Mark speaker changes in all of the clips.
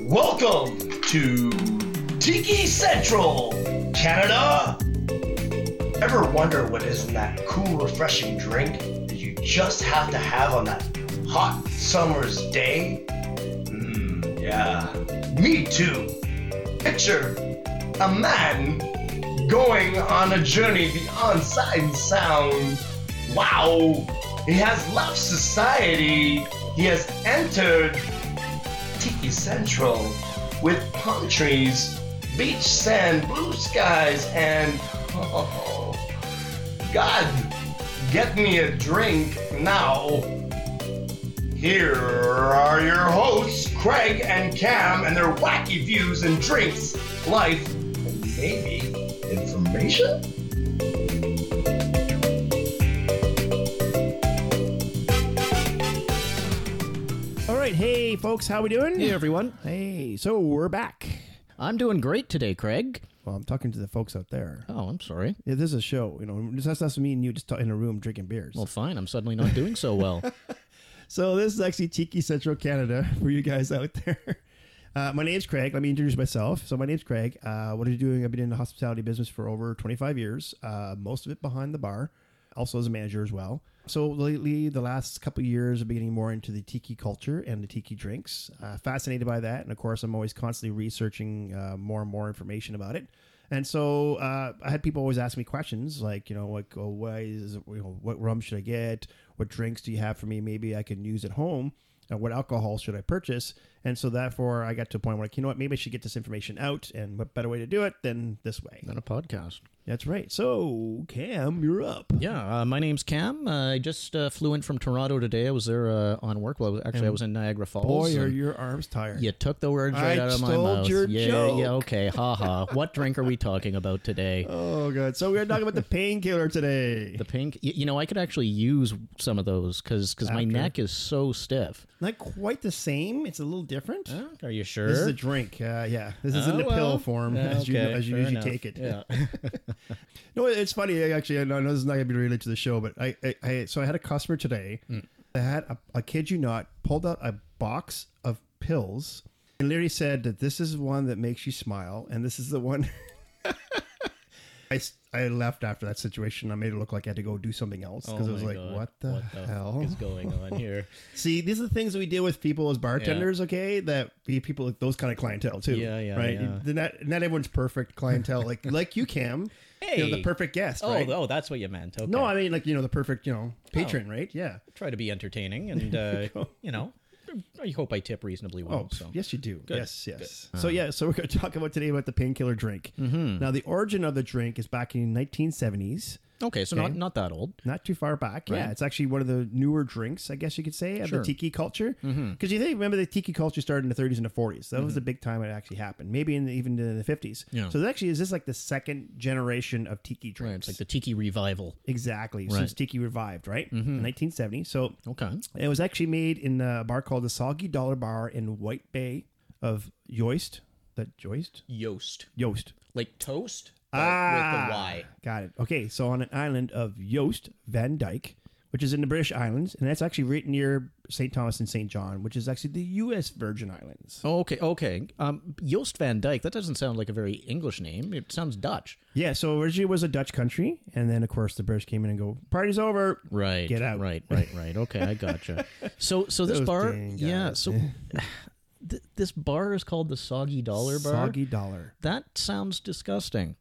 Speaker 1: Welcome to Tiki Central, Canada. Ever wonder what is in that cool, refreshing drink that you just have to have on that hot summer's day? Mmm, yeah, me too. Picture a man going on a journey beyond sight and sound. Wow, he has left society. He has entered Tiki Central with palm trees, beach sand, blue skies, and oh, God, get me a drink now. Here are your hosts, Craig and Cam, and their wacky views and drinks, life, and maybe information?
Speaker 2: All right, hey folks, how we doing?
Speaker 3: Hey everyone.
Speaker 2: Hey, so we're back.
Speaker 3: I'm doing great today, Craig.
Speaker 2: Well, I'm talking to the folks out there.
Speaker 3: Oh, I'm sorry.
Speaker 2: Yeah, this is a show, you know. Just that's, that's me and you just in a room drinking beers.
Speaker 3: Well, fine. I'm suddenly not doing so well.
Speaker 2: So this is actually Tiki Central Canada for you guys out there. Uh, my name's Craig. Let me introduce myself. So my name's Craig. Uh, what are you doing? I've been in the hospitality business for over 25 years. Uh, most of it behind the bar, also as a manager as well. So lately, the last couple of years, I've been getting more into the tiki culture and the tiki drinks. Uh, fascinated by that, and of course, I'm always constantly researching uh, more and more information about it. And so uh, I had people always ask me questions like, you know, like, oh, why is, you know, what rum should I get? What drinks do you have for me? Maybe I can use at home. And what alcohol should I purchase? And so therefore, I got to a point where, like, you know what, maybe I should get this information out. And what better way to do it than this way?
Speaker 3: Not a podcast.
Speaker 2: That's right. So Cam, you're up.
Speaker 3: Yeah, uh, my name's Cam. Uh, I just uh, flew in from Toronto today. I was there uh, on work. Well, I was- actually, I was in Niagara Falls.
Speaker 2: Boy, are
Speaker 3: and
Speaker 2: your arms tired?
Speaker 3: you took the words right
Speaker 2: I
Speaker 3: out of my
Speaker 2: stole
Speaker 3: mouth.
Speaker 2: your
Speaker 3: yeah,
Speaker 2: joke.
Speaker 3: yeah, okay. Ha ha. What drink are we talking about today?
Speaker 2: Oh god. So we're talking about the painkiller today.
Speaker 3: The pink. Y- you know, I could actually use some of those because my neck is so stiff.
Speaker 2: Not quite the same. It's a little different.
Speaker 3: Are you Oh, sure? Oh,
Speaker 2: This is a drink. Uh, yeah. This is in the pill form as you as you usually take it.
Speaker 3: Yeah.
Speaker 2: No, it's funny. I Actually, I know I know this is not going to be related to the show, but I, I, I so I had a customer today
Speaker 3: Hmm.
Speaker 2: that had, a, I kid you not, pulled out a box of pills and literally said that this is one that makes you smile, and this is the one. I, s- I left after that situation. I made it look like I had to go do something else because
Speaker 3: Oh
Speaker 2: I was
Speaker 3: my
Speaker 2: like,
Speaker 3: God.
Speaker 2: what the
Speaker 3: fuck
Speaker 2: hell?
Speaker 3: is going on here?
Speaker 2: See, these are the things that we deal with people as bartenders, okay? That we people like those kind of clientele too.
Speaker 3: Yeah, yeah,
Speaker 2: Right?
Speaker 3: yeah.
Speaker 2: They're Not, not everyone's perfect clientele, like like you, Cam. You're
Speaker 3: Hey.
Speaker 2: the perfect guest,
Speaker 3: Oh,
Speaker 2: right?
Speaker 3: oh, that's what you meant. Okay.
Speaker 2: No, I mean like you know the perfect you know
Speaker 3: Oh.
Speaker 2: patron, right? Yeah.
Speaker 3: try to be entertaining, and uh, you know, I hope I tip reasonably
Speaker 2: Oh,
Speaker 3: well. so Uh.
Speaker 2: yes, you do. Yes, yes. So yeah, so we're going to talk about today about the painkiller drink.
Speaker 3: Mm-hmm.
Speaker 2: Now, the origin of the drink is back in 1970s.
Speaker 3: okay, so not not that old.
Speaker 2: Not too far back. Yeah, it's actually one of the newer drinks, I guess you could say, of
Speaker 3: Sure. Mm-hmm.
Speaker 2: the tiki culture. Because you think, remember, the tiki culture started in the 30s and the 40s. That was the big time it actually happened. Maybe in the, even in the 50s.
Speaker 3: Yeah.
Speaker 2: So it actually is this like the second generation of tiki
Speaker 3: Right,
Speaker 2: drinks?
Speaker 3: it's like the tiki revival.
Speaker 2: exactly. Since tiki revived, right?
Speaker 3: Mm-hmm.
Speaker 2: In 1970. So
Speaker 3: Okay,
Speaker 2: It was actually made in a bar called the Soggy Dollar Bar in White Bay of Yoist. That Joist?
Speaker 3: Yoast,
Speaker 2: Yost.
Speaker 3: like toast, but
Speaker 2: Ah.
Speaker 3: with a Y.
Speaker 2: Got it. Okay, so on an island of Yost, Van Dyke, which is in the British Islands, and that's actually right near St. Thomas and St. John, which is actually the U.S. Virgin Islands.
Speaker 3: Oh, okay, okay. Um, Joost van Dyke. That doesn't sound like a very English name. It sounds Dutch.
Speaker 2: Yeah, so originally it was a Dutch country, and then of course the British came in and go, party's over.
Speaker 3: Right.
Speaker 2: Get out.
Speaker 3: Right. Right. Right. Okay, I gotcha. so, so this
Speaker 2: Those
Speaker 3: bar,
Speaker 2: dang
Speaker 3: yeah.
Speaker 2: guys.
Speaker 3: So, th- this bar is called the Soggy Dollar Bar.
Speaker 2: Soggy Dollar.
Speaker 3: That sounds disgusting.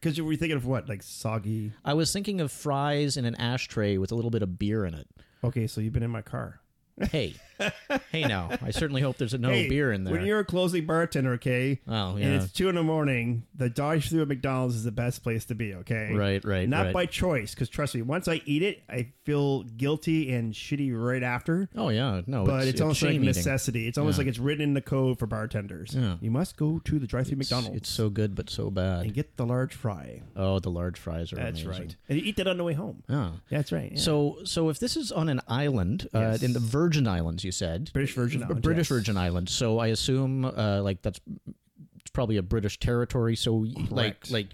Speaker 2: Because you were thinking of what, like soggy?
Speaker 3: I was thinking of fries in an ashtray with a little bit of beer in it.
Speaker 2: Okay, so you've been in my car.
Speaker 3: Hey, hey now. I certainly hope there's no
Speaker 2: Hey,
Speaker 3: beer in there.
Speaker 2: When you're a closing bartender, okay?
Speaker 3: Oh,
Speaker 2: And
Speaker 3: yeah.
Speaker 2: it's two in the morning. The dive through at McDonald's is the best place to be, okay?
Speaker 3: Right, right,
Speaker 2: Not
Speaker 3: right.
Speaker 2: by choice, because trust me, once I eat it, I feel guilty and shitty right after.
Speaker 3: oh yeah, no.
Speaker 2: But it's, almost like
Speaker 3: shame
Speaker 2: a
Speaker 3: eating.
Speaker 2: necessity. It's almost like it's written in the code for bartenders.
Speaker 3: Yeah.
Speaker 2: You must go to the drive-through McDonald's
Speaker 3: It's so good but so
Speaker 2: and
Speaker 3: bad.
Speaker 2: get the large fry.
Speaker 3: Oh, the large fries are
Speaker 2: That's
Speaker 3: amazing.
Speaker 2: right. And you eat that on the way home.
Speaker 3: Yeah.
Speaker 2: That's right. yeah.
Speaker 3: So, so if this is on an island uh, in the Virgin Islands, you said
Speaker 2: British Virgin Islands.
Speaker 3: British
Speaker 2: yes.
Speaker 3: Virgin Islands. So I assume uh, like that's it's probably a British territory. So y- like
Speaker 2: Correct.
Speaker 3: like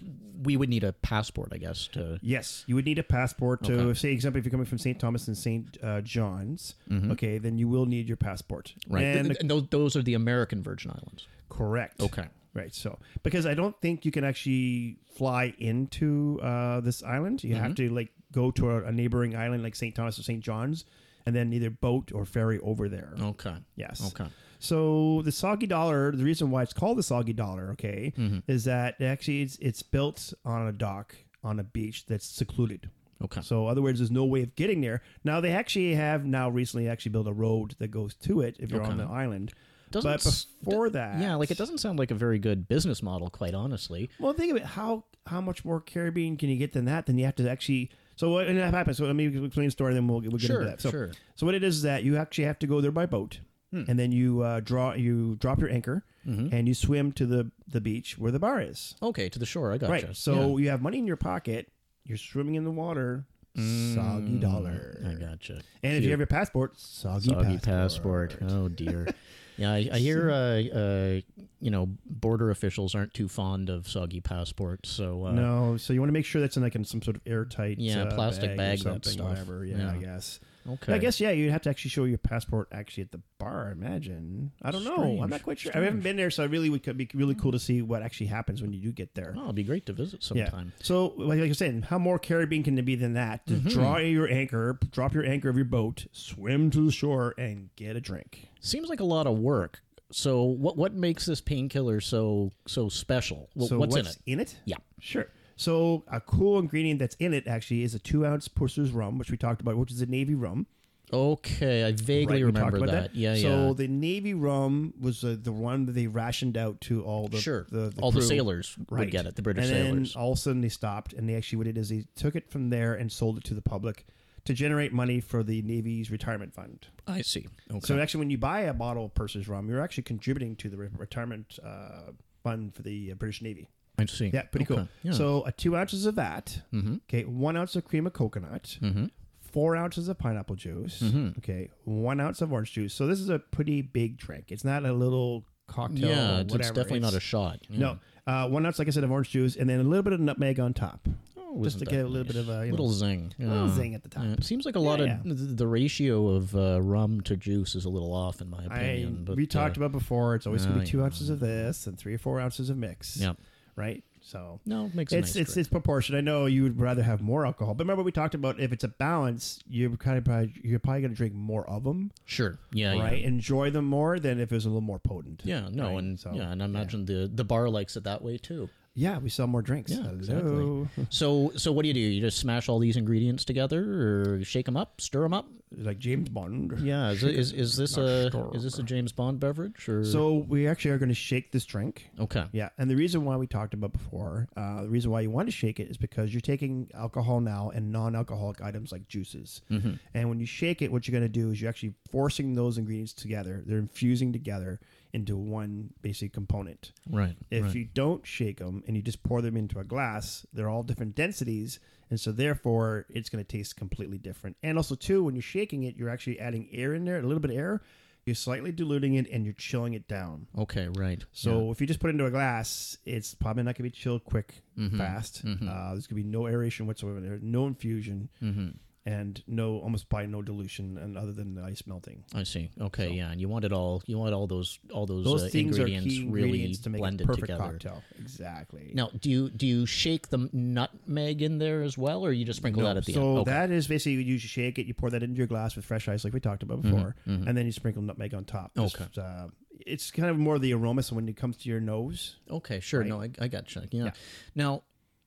Speaker 3: we would need a passport, I guess. To
Speaker 2: Yes, you would need a passport to
Speaker 3: Okay.
Speaker 2: say, example, if you're coming from St. Thomas and St. Uh, John's. Okay, then you will need your passport.
Speaker 3: Mm-hmm. right,
Speaker 2: And
Speaker 3: and, tho- those are the American Virgin Islands.
Speaker 2: correct.
Speaker 3: Okay.
Speaker 2: Right. So because I don't think you can actually fly into uh, this island, you have
Speaker 3: Mm-hmm.
Speaker 2: to like go to a, a neighboring island like St. Thomas or St. John's, and then either boat or ferry over there.
Speaker 3: Okay.
Speaker 2: Yes.
Speaker 3: Okay.
Speaker 2: So the soggy dollar, the reason why it's called the soggy dollar, okay,
Speaker 3: Mm-hmm.
Speaker 2: is that actually it's it's built on a dock on a beach that's secluded.
Speaker 3: Okay.
Speaker 2: So other words, there's no way of getting there. Now they actually have now recently actually built a road that goes to it if you're on the island.
Speaker 3: Doesn't
Speaker 2: but
Speaker 3: s-
Speaker 2: before that,
Speaker 3: Yeah, like it doesn't sound like a very good business model, quite honestly.
Speaker 2: Well, think of it. How how much more Caribbean can you get than that? Then you have to actually. So what and that happens. So let me explain the story, then we'll, we'll get
Speaker 3: Sure,
Speaker 2: into that. So,
Speaker 3: sure. Hmm.
Speaker 2: so what it is is that you actually have to go there by boat, and then you uh, draw you drop your anchor,
Speaker 3: Mm-hmm.
Speaker 2: and you swim to the the beach where the bar is.
Speaker 3: Okay, to the shore. I
Speaker 2: Right.
Speaker 3: gotcha.
Speaker 2: So you have money in your pocket. You're swimming in the water. Soggy dollar.
Speaker 3: Yeah, Mm, I gotcha.
Speaker 2: And if you have your passport, soggy,
Speaker 3: Soggy
Speaker 2: passport.
Speaker 3: passport. Oh dear. Yeah, I, I hear. Uh, uh, you know, border officials aren't too fond of soggy passports. So uh,
Speaker 2: No, so you want to make sure that's in like in some sort of airtight,
Speaker 3: Yeah,
Speaker 2: uh, bag
Speaker 3: plastic
Speaker 2: or
Speaker 3: bag, that
Speaker 2: something,
Speaker 3: stuff.
Speaker 2: whatever. Yeah, I
Speaker 3: Yeah.
Speaker 2: guess.
Speaker 3: Okay.
Speaker 2: I guess yeah, you'd have to actually show your passport actually at the bar. I imagine. I don't know. I'm
Speaker 3: Strange,
Speaker 2: not quite sure. I haven't been there, so it really would could be really cool to see what actually happens when you do get there.
Speaker 3: Oh, it'd be great to visit
Speaker 2: Yeah.
Speaker 3: sometime.
Speaker 2: So, like I was saying, how more Caribbean can it be than that? To
Speaker 3: Mm-hmm.
Speaker 2: draw your anchor, drop your anchor of your boat, swim to the shore, and get a drink.
Speaker 3: Seems like a lot of work. So what what makes this painkiller so so special? Wh-
Speaker 2: so
Speaker 3: what's, in it?
Speaker 2: in it?
Speaker 3: Yeah.
Speaker 2: Sure. So a cool ingredient that's in it actually is a two ounce Purser's rum, which we talked about, which is a navy rum.
Speaker 3: Okay, I vaguely
Speaker 2: Right, we talked
Speaker 3: remember
Speaker 2: about
Speaker 3: that. Yeah,
Speaker 2: so
Speaker 3: yeah.
Speaker 2: the navy rum was uh, the one that they rationed out to all the
Speaker 3: sure.
Speaker 2: the, the
Speaker 3: All the
Speaker 2: crew.
Speaker 3: sailors would get it. The British
Speaker 2: and
Speaker 3: sailors.
Speaker 2: Then all of a sudden they stopped, and they actually what it is they took it from there and sold it to the public to generate money for the navy's retirement fund.
Speaker 3: I see. Okay.
Speaker 2: So actually, when you buy a bottle of Purser's rum, you're actually contributing to the re- retirement uh, fund for the uh, British Navy.
Speaker 3: I see.
Speaker 2: Yeah, pretty cool.
Speaker 3: Okay, Yeah. Mm-hmm.
Speaker 2: So uh, two ounces of that. Okay, one ounce of cream of coconut. Four ounces of pineapple juice.
Speaker 3: Mm-hmm.
Speaker 2: Okay, one ounce of orange juice. So this is a pretty big drink. It's not a little cocktail.
Speaker 3: yeah,
Speaker 2: or
Speaker 3: it's, it's
Speaker 2: whatever.
Speaker 3: definitely not a shot. Yeah.
Speaker 2: no. Uh, one ounce, like I said, of orange juice, and then a little bit of nutmeg on top,
Speaker 3: Oh,
Speaker 2: just
Speaker 3: isn't
Speaker 2: to
Speaker 3: that
Speaker 2: get a little
Speaker 3: nice.
Speaker 2: bit of a you
Speaker 3: little
Speaker 2: know,
Speaker 3: zing.
Speaker 2: little
Speaker 3: Yeah.
Speaker 2: zing at the top.
Speaker 3: Yeah, it seems like a lot
Speaker 2: Yeah.
Speaker 3: of th- the ratio of uh, rum to juice is a little off, in my
Speaker 2: I,
Speaker 3: opinion. but,
Speaker 2: we talked
Speaker 3: uh,
Speaker 2: about before. It's always going to
Speaker 3: I
Speaker 2: be two ounces of this and three or four ounces of mix.
Speaker 3: Yeah.
Speaker 2: Right. So
Speaker 3: No, it makes a
Speaker 2: it's
Speaker 3: nice
Speaker 2: it's
Speaker 3: drink.
Speaker 2: it's proportion. I know you would rather have more alcohol, but remember we talked about if it's a balance, you're kind of probably, you're probably going to drink more of them,
Speaker 3: Sure. Yeah. yeah.
Speaker 2: right? Enjoy them more than if it was a little more potent.
Speaker 3: Yeah, no,
Speaker 2: Right,
Speaker 3: and
Speaker 2: so-
Speaker 3: yeah, and I imagine the the bar likes it that way too.
Speaker 2: Yeah, we sell more drinks.
Speaker 3: Yeah,
Speaker 2: Hello.
Speaker 3: So, so what do you do? You just smash all these ingredients together, or shake them up, stir them up?
Speaker 2: Like James Bond.
Speaker 3: Yeah, is, is, is this a
Speaker 2: stir.
Speaker 3: is this a James Bond beverage? Or
Speaker 2: So we actually are going to shake this drink.
Speaker 3: okay,
Speaker 2: Yeah, and the reason why we talked about before, uh, the reason why you want to shake it is because you're taking alcohol now and non-alcoholic items like juices, and when you shake it, what you're going to do is you're actually forcing those ingredients together. They're infusing together into one basic component.
Speaker 3: right,
Speaker 2: If you don't shake them and you just pour them into a glass, they're all different densities, and so therefore it's going to taste completely different. And also, too, when you're shaking it, you're actually adding air in there, a little bit of air. You're slightly diluting it and you're chilling it down.
Speaker 3: okay, right.
Speaker 2: So if you just put it into a glass, it's probably not going to be chilled quick,
Speaker 3: Mm-hmm.
Speaker 2: fast. Uh, there's going to be no aeration whatsoever there, no infusion,
Speaker 3: Mm-hmm.
Speaker 2: and no almost by no dilution, and other than the ice melting.
Speaker 3: I see. Okay, yeah, and you want it all. You want all those all those,
Speaker 2: Those
Speaker 3: uh,
Speaker 2: things
Speaker 3: ingredients,
Speaker 2: are key
Speaker 3: really
Speaker 2: ingredients to make a
Speaker 3: blended
Speaker 2: perfect
Speaker 3: together.
Speaker 2: cocktail. Exactly.
Speaker 3: Now, do you do you shake the nutmeg in there as well, or you just sprinkle that at the
Speaker 2: so
Speaker 3: end? Okay.
Speaker 2: that is basically you just shake it, you pour that into your glass with fresh ice, like we talked about before, and then you sprinkle nutmeg on top. Just,
Speaker 3: Mm-hmm. Okay.
Speaker 2: uh, it's kind of more the aroma. So when it comes to your nose,
Speaker 3: okay, sure. No, I, I gotcha. Yeah. Now,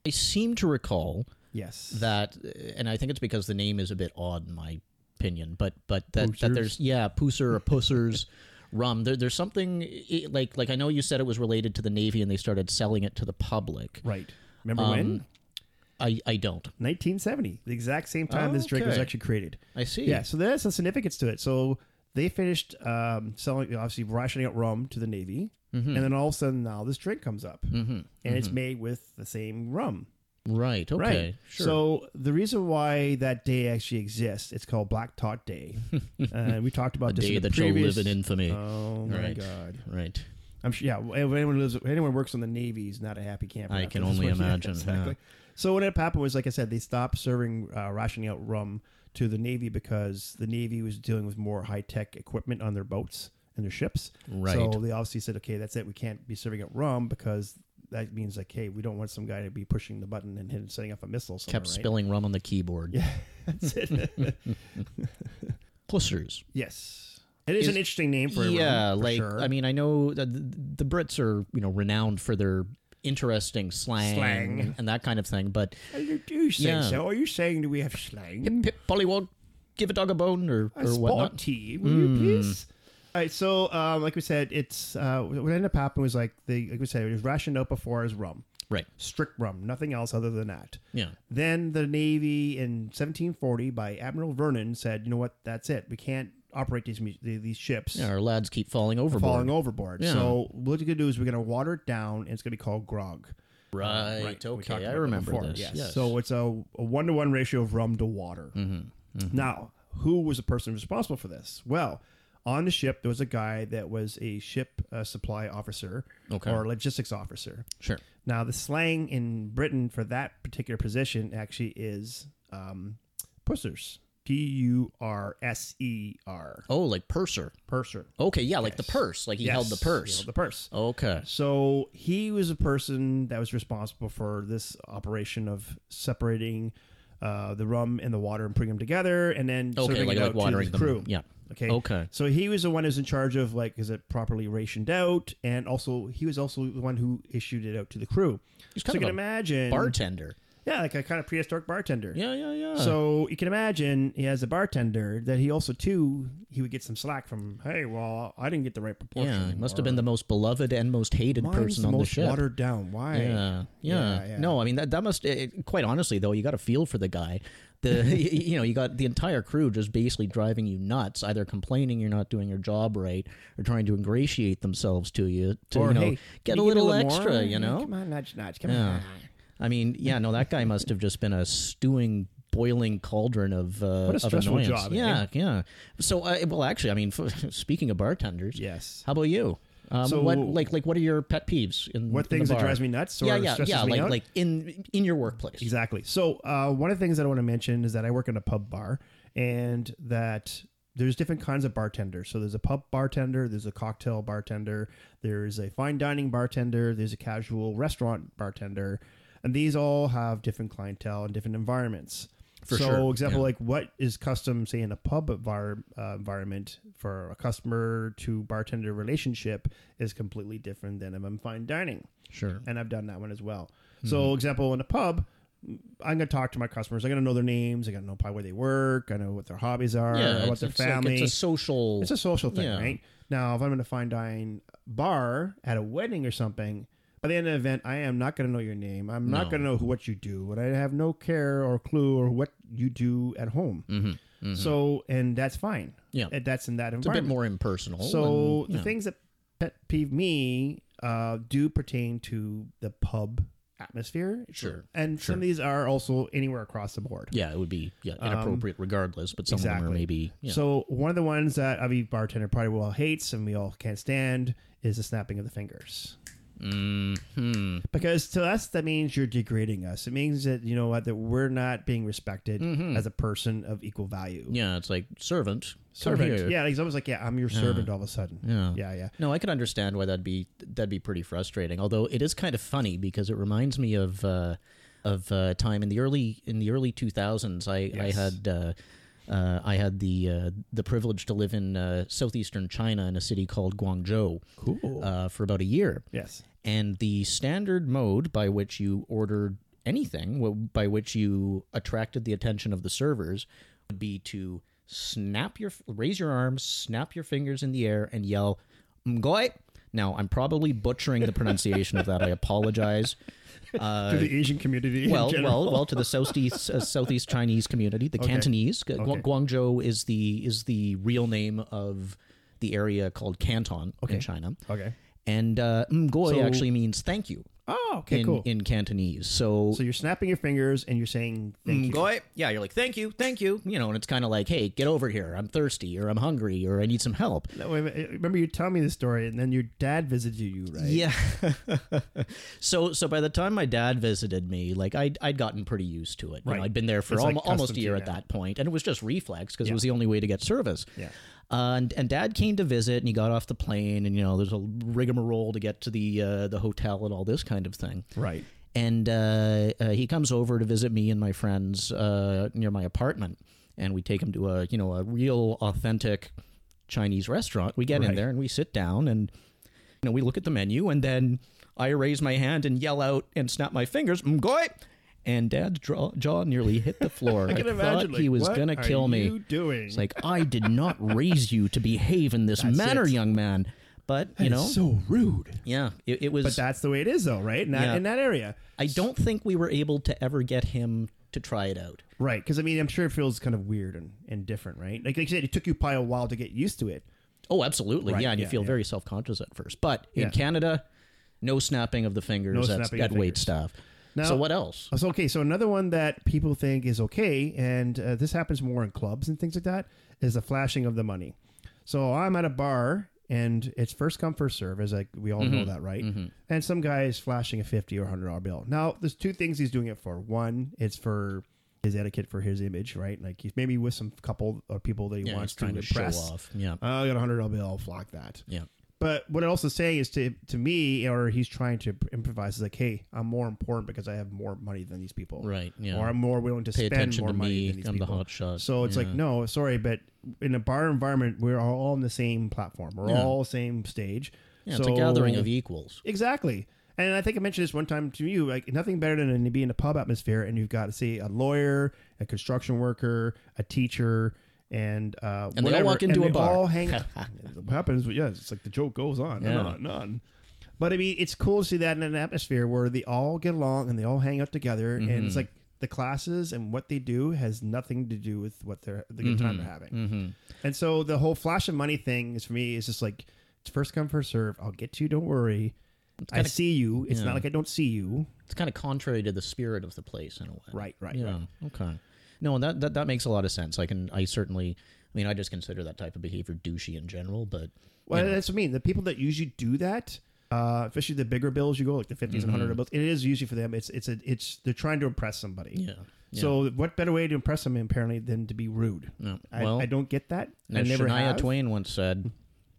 Speaker 3: I seem to recall
Speaker 2: yes,
Speaker 3: that uh, and i think it's because the name is a bit odd in my opinion but but that, that
Speaker 2: Poosers?
Speaker 3: there's yeah pooser or pussers rum there, there's something i- like like i know you said it was related to the navy and they started selling it to the public
Speaker 2: right. Remember
Speaker 3: Um,
Speaker 2: when?
Speaker 3: i i don't
Speaker 2: 1970, the exact same time this drink was
Speaker 3: Okay.
Speaker 2: actually created.
Speaker 3: i see
Speaker 2: Yeah, so there's a significance to it. So they finished um, selling, obviously rationing out rum to the Navy,
Speaker 3: Mm-hmm.
Speaker 2: and then all of a sudden now this drink comes up, mm-hmm. and it's made with the same rum.
Speaker 3: right okay
Speaker 2: Right.
Speaker 3: sure
Speaker 2: So the reason why that day actually exists, it's called Black Tot Day, and we talked about
Speaker 3: a
Speaker 2: this
Speaker 3: day
Speaker 2: in the
Speaker 3: that
Speaker 2: previous.
Speaker 3: you'll live in infamy
Speaker 2: Oh my
Speaker 3: Right.
Speaker 2: God!
Speaker 3: right
Speaker 2: I'm sure. Yeah, if anyone lives, if anyone works on the Navy is not a happy camper.
Speaker 3: I
Speaker 2: after
Speaker 3: can
Speaker 2: this
Speaker 3: only
Speaker 2: one. Yeah,
Speaker 3: imagine,
Speaker 2: exactly.
Speaker 3: yeah.
Speaker 2: So what had happened was, like I said, they stopped serving uh, rationing out rum to the Navy because the Navy was dealing with more high tech equipment on their boats and their ships.
Speaker 3: Right.
Speaker 2: So they obviously said, okay, that's it. We can't be serving out rum because that means like, hey, we don't want some guy to be pushing the button and hitting, setting off a missile. Somewhere,
Speaker 3: Kept
Speaker 2: right?
Speaker 3: spilling rum on the keyboard.
Speaker 2: Yeah, that's it.
Speaker 3: Pussers.
Speaker 2: yes, it is,
Speaker 3: Is-
Speaker 2: an interesting name for a rum,
Speaker 3: Yeah,
Speaker 2: for
Speaker 3: like
Speaker 2: sure.
Speaker 3: I mean, I know that the, the Brits are you know renowned for their interesting slang,
Speaker 2: Slang.
Speaker 3: and that kind of thing, but
Speaker 2: Are you, do you say
Speaker 3: Yeah.
Speaker 2: so? Are you saying do we have slang?
Speaker 3: hip, hip, pollywog, give a dog a bone or,
Speaker 2: a
Speaker 3: or
Speaker 2: spot
Speaker 3: whatnot. Hmm.
Speaker 2: tea, will you please? All right, so um, like we said, it's uh, what ended up happening was like the like we said, it was rationed out before as rum,
Speaker 3: Right.
Speaker 2: strict rum, nothing else other than that.
Speaker 3: Yeah.
Speaker 2: Then the Navy in 1740 by Admiral Vernon said, you know what, that's it, we can't operate these mu- the- these ships
Speaker 3: Yeah, our lads keep falling overboard.
Speaker 2: falling overboard.
Speaker 3: Yeah.
Speaker 2: So what we're gonna do is we're gonna water it down, and it's gonna be called grog. Right,
Speaker 3: Right.
Speaker 2: we talked
Speaker 3: Okay.
Speaker 2: about
Speaker 3: I
Speaker 2: that
Speaker 3: remember
Speaker 2: before,
Speaker 3: this.
Speaker 2: yes.
Speaker 3: yes.
Speaker 2: So it's a one to one ratio of rum to water.
Speaker 3: Mm-hmm.
Speaker 2: Now, who was the person responsible for this? Well, on the ship there was a guy that was a ship uh, supply officer
Speaker 3: Okay.
Speaker 2: or logistics officer.
Speaker 3: sure.
Speaker 2: Now, the slang in Britain for that particular position actually is um, pussers. P U R S E R.
Speaker 3: Oh, like purser.
Speaker 2: Purser.
Speaker 3: Okay. Yeah, like the purse. Like he held the
Speaker 2: Yes,
Speaker 3: purse.
Speaker 2: he held the purse.
Speaker 3: okay.
Speaker 2: So he was a person that was responsible for this operation of separating uh, the rum and the water and putting them together, and then
Speaker 3: Okay,
Speaker 2: serving
Speaker 3: like-
Speaker 2: it
Speaker 3: like
Speaker 2: out
Speaker 3: watering
Speaker 2: to the
Speaker 3: them.
Speaker 2: crew.
Speaker 3: Yeah.
Speaker 2: Okay.
Speaker 3: Okay.
Speaker 2: So he was the one who's in charge of like is it properly rationed out, and also he was also the one who issued it out to the crew.
Speaker 3: He's
Speaker 2: So
Speaker 3: kind
Speaker 2: you can
Speaker 3: of a
Speaker 2: imagine,
Speaker 3: Bartender.
Speaker 2: yeah, like a kind of prehistoric bartender.
Speaker 3: Yeah. Yeah. Yeah.
Speaker 2: So you can imagine he has a bartender that he also too he would get some slack from. Hey, well, I didn't get the right proportion.
Speaker 3: yeah, he must
Speaker 2: or-
Speaker 3: have been the most beloved and most hated
Speaker 2: Mine's
Speaker 3: person
Speaker 2: the
Speaker 3: on the
Speaker 2: most
Speaker 3: ship.
Speaker 2: watered down. Why?
Speaker 3: yeah, yeah,
Speaker 2: Yeah, yeah.
Speaker 3: No, I mean that that must. It, quite honestly, though, you got a feel for the guy. The you know you got the entire crew just basically driving you nuts, either complaining you're not doing your job right or trying to ingratiate themselves to you to
Speaker 2: Or
Speaker 3: you know
Speaker 2: hey,
Speaker 3: get
Speaker 2: can
Speaker 3: a
Speaker 2: you give me
Speaker 3: little
Speaker 2: more?
Speaker 3: extra, you know.
Speaker 2: Come on, nudge, nudge. Come
Speaker 3: Yeah.
Speaker 2: on.
Speaker 3: I mean, yeah, no, that guy must have just been a stewing, boiling cauldron of uh,
Speaker 2: a
Speaker 3: of
Speaker 2: stressful
Speaker 3: annoyance.
Speaker 2: job, eh?
Speaker 3: Yeah, yeah. So, uh, well, actually, I mean, speaking of bartenders,
Speaker 2: Yes.
Speaker 3: How about you? Um,
Speaker 2: So-
Speaker 3: what like like what are your pet peeves in
Speaker 2: What
Speaker 3: in the
Speaker 2: things that
Speaker 3: bar?
Speaker 2: drives me nuts or
Speaker 3: yeah, yeah,
Speaker 2: stresses
Speaker 3: yeah.
Speaker 2: me
Speaker 3: Like
Speaker 2: out?
Speaker 3: like in in your workplace.
Speaker 2: Exactly. So uh, one of the things that I want to mention is that I work in a pub bar, and that there's different kinds of bartenders. So there's a pub bartender, there's a cocktail bartender, there's a fine dining bartender, there's a casual restaurant bartender, and these all have different clientele and different environments.
Speaker 3: For
Speaker 2: so,
Speaker 3: sure,
Speaker 2: example,
Speaker 3: yeah.
Speaker 2: like what is custom, say, in a pub envir- uh, environment for a customer to bartender relationship is completely different than if I'm fine dining
Speaker 3: Sure.
Speaker 2: and I've done that one as well.
Speaker 3: Mm-hmm.
Speaker 2: So, example in a pub, I'm going to talk to my customers. I'm going to know their names. I got to know probably where they work. I know what their hobbies are. I know
Speaker 3: Yeah,
Speaker 2: what
Speaker 3: it's,
Speaker 2: their
Speaker 3: it's
Speaker 2: family.
Speaker 3: Like, it's a social.
Speaker 2: social thing,
Speaker 3: Yeah.
Speaker 2: right? Now, if I'm in a fine dine bar at a wedding or something, by the end of the event, I am not going to know your name. I'm not
Speaker 3: No.
Speaker 2: going to know who, what you do, and I have no care or clue or what you do at home. So, and that's fine.
Speaker 3: Mm-hmm. Yeah.
Speaker 2: And that's in that
Speaker 3: it's a
Speaker 2: environment.
Speaker 3: bit more impersonal.
Speaker 2: So
Speaker 3: Oh, and,
Speaker 2: the things that pet peeve me uh, do pertain to the pub atmosphere.
Speaker 3: Sure,
Speaker 2: And some of these are also anywhere across the board.
Speaker 3: yeah, it would be yeah inappropriate regardless, but some of them
Speaker 2: Um, exactly.
Speaker 3: are maybe yeah.
Speaker 2: So one of the ones that every bartender probably all hates and we all can't stand is the snapping of the fingers.
Speaker 3: hmm.
Speaker 2: Because to us that means you're degrading us. It means that you know what that we're not being respected as a person of equal value.
Speaker 3: Mm-hmm. yeah, it's like servant, come here.
Speaker 2: Yeah, he's always like, yeah, I'm your servant all of a sudden.
Speaker 3: Yeah.
Speaker 2: yeah, yeah.
Speaker 3: No, I can understand why that'd be that'd be pretty frustrating. Although it is kind of funny because it reminds me of uh, of uh, time in the early in the early two thousands. I I
Speaker 2: Yes.
Speaker 3: had. Uh, uh, I had the uh, the privilege to live in uh, southeastern China in a city called Guangzhou
Speaker 2: Cool.
Speaker 3: uh, for about a year,
Speaker 2: Yes.
Speaker 3: and the standard mode by which you ordered anything, wh- by which you attracted the attention of the servers, would be to snap your raise your arms, snap your fingers in the air, and yell "mgoi." Now, I'm probably butchering the pronunciation of that. I apologize.
Speaker 2: to the Asian community. in
Speaker 3: Uh, Well,
Speaker 2: general.
Speaker 3: well, well, to the southeast uh, southeast Chinese community, the Cantonese. Gu- Gu- Guangzhou is the is the real name of the area called Canton in China.
Speaker 2: Okay.
Speaker 3: And uh, "mgoi"
Speaker 2: So-
Speaker 3: actually means thank you.
Speaker 2: Oh, Oh, okay,
Speaker 3: in,
Speaker 2: cool.
Speaker 3: in Cantonese. So,
Speaker 2: so you're snapping your fingers and you're saying thank you.
Speaker 3: "Ngoi." yeah, you're like, thank you, thank you. You know, and it's kind of like, hey, get over here. I'm thirsty or I'm hungry or I need some help.
Speaker 2: No, wait a minute. eh, Remember you telling me this story, and then your dad visited you, right?
Speaker 3: Yeah. so so by the time my dad visited me, like I'd, I'd gotten pretty used to it. You know,
Speaker 2: Right.
Speaker 3: I'd been there for
Speaker 2: It's
Speaker 3: almo-
Speaker 2: like
Speaker 3: almost
Speaker 2: custom
Speaker 3: a
Speaker 2: to
Speaker 3: year
Speaker 2: you
Speaker 3: at
Speaker 2: now.
Speaker 3: that point, and it was just reflex because
Speaker 2: Yeah.
Speaker 3: it was the only way to get service.
Speaker 2: Yeah.
Speaker 3: Uh, and, and dad came to visit and he got off the plane and you know there's a rigmarole to get to the uh, the hotel and all this kind of thing
Speaker 2: Right.
Speaker 3: and uh, uh, he comes over to visit me and my friends uh, near my apartment and we take him to a you know a real authentic chinese restaurant we get in
Speaker 2: Right.
Speaker 3: there and we sit down and you know we look at the menu and then i raise my hand and yell out and snap my fingers "Mgoi!" and dad's draw, jaw nearly hit the floor i,
Speaker 2: I can
Speaker 3: thought
Speaker 2: imagine.
Speaker 3: he
Speaker 2: like,
Speaker 3: was
Speaker 2: what
Speaker 3: gonna
Speaker 2: are
Speaker 3: kill me
Speaker 2: You doing?
Speaker 3: it's like i did not raise you to behave in this manner
Speaker 2: it.
Speaker 3: young man but you know
Speaker 2: so rude.
Speaker 3: yeah it, it was
Speaker 2: But that's the way it is, though, right? Not
Speaker 3: Yeah.
Speaker 2: in that area,
Speaker 3: I don't think we were able to ever get him to try it out.
Speaker 2: right? Because I mean, I'm sure it feels kind of weird and, and different, right? Like, like you said, it took you probably a while to get used to it.
Speaker 3: Oh, absolutely.
Speaker 2: Right,
Speaker 3: yeah, and you
Speaker 2: yeah,
Speaker 3: feel
Speaker 2: yeah.
Speaker 3: very self conscious at first. But in
Speaker 2: Yeah.
Speaker 3: Canada, no snapping of the fingers
Speaker 2: No
Speaker 3: at,
Speaker 2: snapping of
Speaker 3: at wait
Speaker 2: fingers.
Speaker 3: staff.
Speaker 2: Now-
Speaker 3: so what else?
Speaker 2: So okay, so another one that people think is okay, and uh, this happens more in clubs and things like that, is the flashing of the money. So I'm at a bar and it's first come first serve, as like we all
Speaker 3: Mm-hmm.
Speaker 2: know that, right? And some guy is flashing a fifty or hundred dollar bill. Now there's two things he's doing it for. One, it's for his etiquette for his image, right? Like he's maybe with some couple or people that he
Speaker 3: Yeah,
Speaker 2: wants
Speaker 3: he's trying to Uh, show
Speaker 2: impress.
Speaker 3: off. Yeah.
Speaker 2: Oh, I got a hundred dollar bill. Flock that.
Speaker 3: Yeah.
Speaker 2: But what it also saying is to to me, or he's trying to improvise is like, hey, I'm more important because I have more money than these people,
Speaker 3: Right, yeah.
Speaker 2: Or I'm more willing to
Speaker 3: Pay
Speaker 2: spend
Speaker 3: attention
Speaker 2: more
Speaker 3: to
Speaker 2: money
Speaker 3: me.
Speaker 2: than these
Speaker 3: I'm the
Speaker 2: people.
Speaker 3: hot shot.
Speaker 2: So it's like, no, sorry, but in a bar environment, we're all on the same platform. We're
Speaker 3: Yeah.
Speaker 2: all same stage.
Speaker 3: Yeah,
Speaker 2: so,
Speaker 3: it's a gathering of e- equals.
Speaker 2: Exactly. And I think I mentioned this one time to you. Like nothing better than to be in a pub atmosphere, and you've got to see a lawyer, a construction worker, a teacher, and uh,
Speaker 3: And they all
Speaker 2: whatever.
Speaker 3: walk into
Speaker 2: And
Speaker 3: a
Speaker 2: they
Speaker 3: bar.
Speaker 2: All hang. it happens. But yeah, it's like the joke goes on and
Speaker 3: Yeah.
Speaker 2: on and on. But I mean, it's cool to see that in an atmosphere where they all get along and they all hang out together, and
Speaker 3: Mm-hmm.
Speaker 2: it's like the classes and what they do has nothing to do with what they're the good
Speaker 3: Mm-hmm.
Speaker 2: time they're having. And so the whole flash of money thing is for me is just like it's first come first serve. I'll get to you. Don't worry. I see you. It's not like I don't see you.
Speaker 3: It's kind of contrary to the spirit of the place in a way.
Speaker 2: Right. Right.
Speaker 3: Yeah.
Speaker 2: Right.
Speaker 3: Okay. No, and that, that that makes a lot of sense. I can I certainly I mean I just consider that type of behavior douchey in general, but
Speaker 2: Well, that's what I mean. The people that usually do that, uh, especially the bigger bills you go, like the 50s and hundred dollar
Speaker 3: Mm-hmm.
Speaker 2: bills, it is usually for them. It's it's a it's they're trying to impress somebody.
Speaker 3: yeah. yeah.
Speaker 2: So what better way to impress them apparently than to be rude?
Speaker 3: No.
Speaker 2: I,
Speaker 3: Well,
Speaker 2: I don't get that. I
Speaker 3: As
Speaker 2: never
Speaker 3: Shania
Speaker 2: have.
Speaker 3: Twain once said,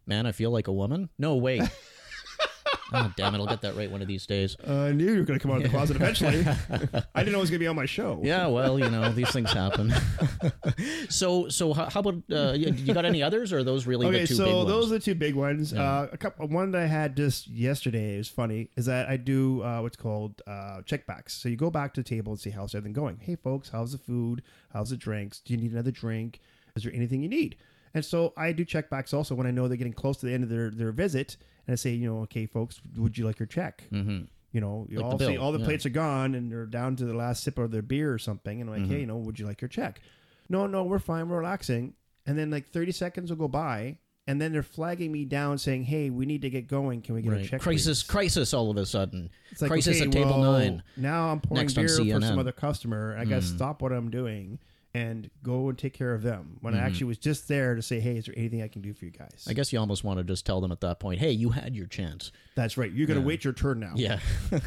Speaker 3: "Man, I feel like a woman." No, wait. oh damn it! I'll get that right one of these days.
Speaker 2: Uh, I knew you were going to come out of the closet eventually. I didn't know it was going to be on my show.
Speaker 3: Yeah, well, you know these things happen. so, so how, how about uh, you, you got any others, or are those really
Speaker 2: Okay,
Speaker 3: the two
Speaker 2: so
Speaker 3: big ones?
Speaker 2: those are the two big ones. Uh, a couple, one that I had just yesterday is funny. Is that I do uh, what's called uh, check backs. So you go back to the table and see how's everything going. Hey, folks, how's the food? How's the drinks? Do you need another drink? Is there anything you need? And so I do check backs also when I know they're getting close to the end of their, their visit, and I say, you know, okay, folks, would you like your check? Mm-hmm. You know, you all
Speaker 3: bill,
Speaker 2: see all the
Speaker 3: yeah.
Speaker 2: plates are gone and they're down to the last sip of their beer or something, and I'm like,
Speaker 3: Mm-hmm.
Speaker 2: hey, you know, would you like your check? no, no, we're fine, we're relaxing. And then like 30 seconds will go by, and then they're flagging me down saying, hey, we need to get going. Can we get a
Speaker 3: Right.
Speaker 2: check?
Speaker 3: crisis, crisis, all of a sudden,
Speaker 2: please?" It's like,
Speaker 3: crisis
Speaker 2: okay,
Speaker 3: at table
Speaker 2: well,
Speaker 3: nine.
Speaker 2: Now I'm pouring
Speaker 3: Next on
Speaker 2: beer for
Speaker 3: CNN.
Speaker 2: some other customer. I
Speaker 3: Mm.
Speaker 2: got to stop what I'm doing and go and take care of them when I actually was just there to say, hey, is there anything I can do for you guys?
Speaker 3: Mm-hmm. I guess you almost want to just tell them at that point, "Hey, you had your chance."
Speaker 2: That's right. You're going to wait your turn now.
Speaker 3: Yeah,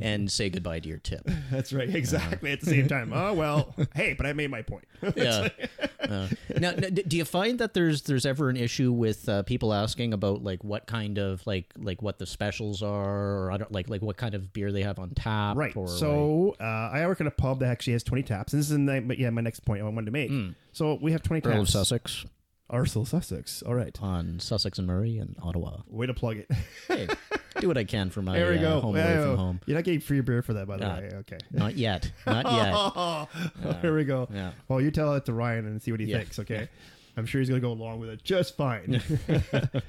Speaker 3: and say goodbye to your tip.
Speaker 2: That's right. Exactly. At the same time. Oh, well, hey, but I made my point.
Speaker 3: yeah. Uh, now, now, d- do you find that there's there's ever an issue with uh, people asking about like what kind of like like what the specials are, or I don't like like what kind of beer they have on tap,
Speaker 2: Right.
Speaker 3: Or like-
Speaker 2: so uh, I work at a pub that actually has 20 taps. And this is, my, yeah, my next point I wanted to make. So we have 20
Speaker 3: Earl of
Speaker 2: taps.
Speaker 3: Sussex
Speaker 2: Arsenal Sussex. All right.
Speaker 3: on Sussex and Murray and Ottawa.
Speaker 2: Way to plug it.
Speaker 3: Hey, do what I can for my
Speaker 2: There we
Speaker 3: uh,
Speaker 2: go.
Speaker 3: home
Speaker 2: There
Speaker 3: away
Speaker 2: we go.
Speaker 3: from home.
Speaker 2: You're not getting free beer for that, by the
Speaker 3: No.
Speaker 2: way. Okay.
Speaker 3: Not yet, not yet.
Speaker 2: Oh, here we go.
Speaker 3: yeah.
Speaker 2: Well, you tell it to Ryan and see what he
Speaker 3: Yeah.
Speaker 2: thinks, okay? I'm sure he's going to go along with it just fine.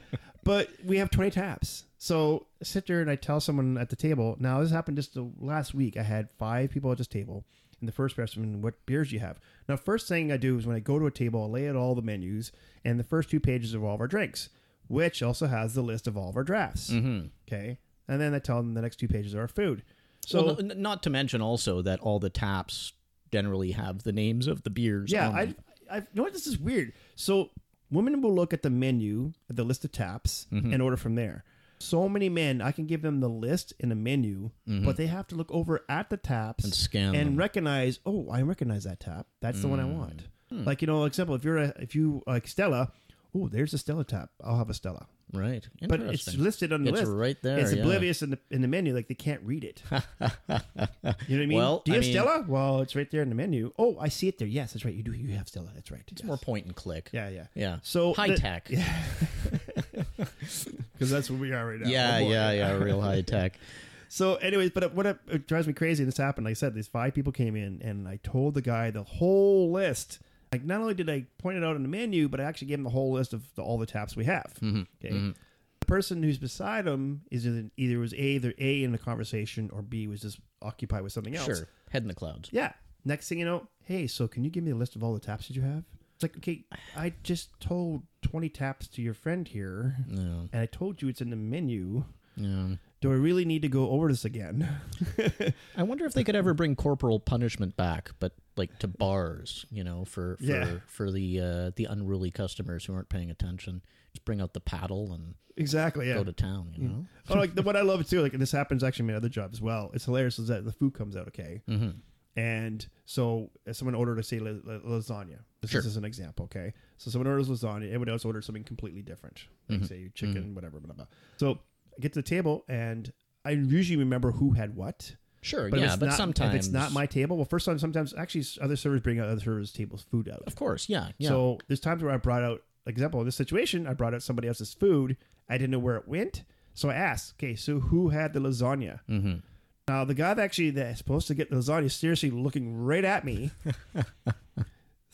Speaker 2: but we have 20 taps. So I sit there and I tell someone at the table. Now, this happened just the last week. I had five people at this table. And the first person, what beers do you have? Now, first thing I do is when I go to a table, I lay out all the menus
Speaker 3: Mm-hmm.
Speaker 2: and the first two pages of all of our drinks, which also has the list of all of our drafts. Okay. and then I tell them the next two pages are our food. So
Speaker 3: So n- not to mention also that all the taps generally have the names of the beers.
Speaker 2: yeah,
Speaker 3: on
Speaker 2: I,
Speaker 3: them.
Speaker 2: I, you know what? This is weird. So women will look at the menu, at the list of taps,
Speaker 3: Mm-hmm.
Speaker 2: and order from there. So many men, I can give them the list and the menu, but they have to look over at the taps
Speaker 3: Mm-hmm. And scan
Speaker 2: and
Speaker 3: them. Mm.
Speaker 2: recognize. Oh, I recognize that tap. That's the one I want.
Speaker 3: Hmm.
Speaker 2: Like you know, example, if you're a, if you like Stella, oh, there's a Stella tap. I'll have a Stella.
Speaker 3: right.
Speaker 2: But it's
Speaker 3: Interesting.
Speaker 2: listed on the
Speaker 3: It's
Speaker 2: list.
Speaker 3: right there,
Speaker 2: It's
Speaker 3: yeah.
Speaker 2: oblivious in the in the menu. Like they can't read it. you know what I mean?
Speaker 3: Well,
Speaker 2: do you
Speaker 3: I
Speaker 2: have
Speaker 3: mean-
Speaker 2: Stella? Well, it's right there in the menu. Oh, I see it there. Yes, that's right. You do. You have Stella. That's right.
Speaker 3: It's more point and click.
Speaker 2: Yeah, yeah,
Speaker 3: Yeah.
Speaker 2: So
Speaker 3: high
Speaker 2: the-
Speaker 3: tech. Yeah,
Speaker 2: Because that's what we are right now.
Speaker 3: yeah,
Speaker 2: Oh, boy.
Speaker 3: yeah, Real high tech.
Speaker 2: So, anyways, but what it, it drives me crazy, and this happened. Like I said, these five people came in, and I told the guy the whole list. Like, not only did I point it out in the menu, but I actually gave him the whole list of the, all the taps we have. Okay. The person who's beside him is in, either was a either a in the conversation or b was just occupied with something else.
Speaker 3: Sure. Head in the clouds.
Speaker 2: Yeah. Next thing you know, hey, so can you give me a list of all the taps that you have? It's like, okay, I just told twenty taps to your friend here,
Speaker 3: No.
Speaker 2: and I told you it's in the menu.
Speaker 3: No.
Speaker 2: Do I really need to go over this again?
Speaker 3: I wonder if they could ever bring corporal punishment back, but like to bars, you know, for for,
Speaker 2: Yeah.
Speaker 3: for the uh, the unruly customers who aren't paying attention. Just bring out the paddle and
Speaker 2: exactly. Yeah.
Speaker 3: go to town, you know.
Speaker 2: oh, like the, what I love too, like and this happens actually in my other job as well. It's hilarious is that the food comes out okay,
Speaker 3: Mm-hmm.
Speaker 2: and so if someone ordered, say, la- la- lasagna. This
Speaker 3: Sure.
Speaker 2: is just an example, okay? So someone orders lasagna. Everybody else orders something completely different,
Speaker 3: Mm-hmm.
Speaker 2: like say chicken, whatever, blah blah. So I get to the table, and I usually remember who had what.
Speaker 3: Sure,
Speaker 2: if
Speaker 3: yeah,
Speaker 2: it's
Speaker 3: but
Speaker 2: not,
Speaker 3: sometimes
Speaker 2: if it's not my table, well, first time sometimes actually other servers bring out other servers' tables food out.
Speaker 3: Of course, yeah, yeah.
Speaker 2: So there's times where I brought out, like, example, in this situation, I brought out somebody else's food. I didn't know where it went. So I asked, okay, so who had the lasagna? Mm-hmm. Now, the guy that actually that's supposed to get the lasagna is seriously looking right at me.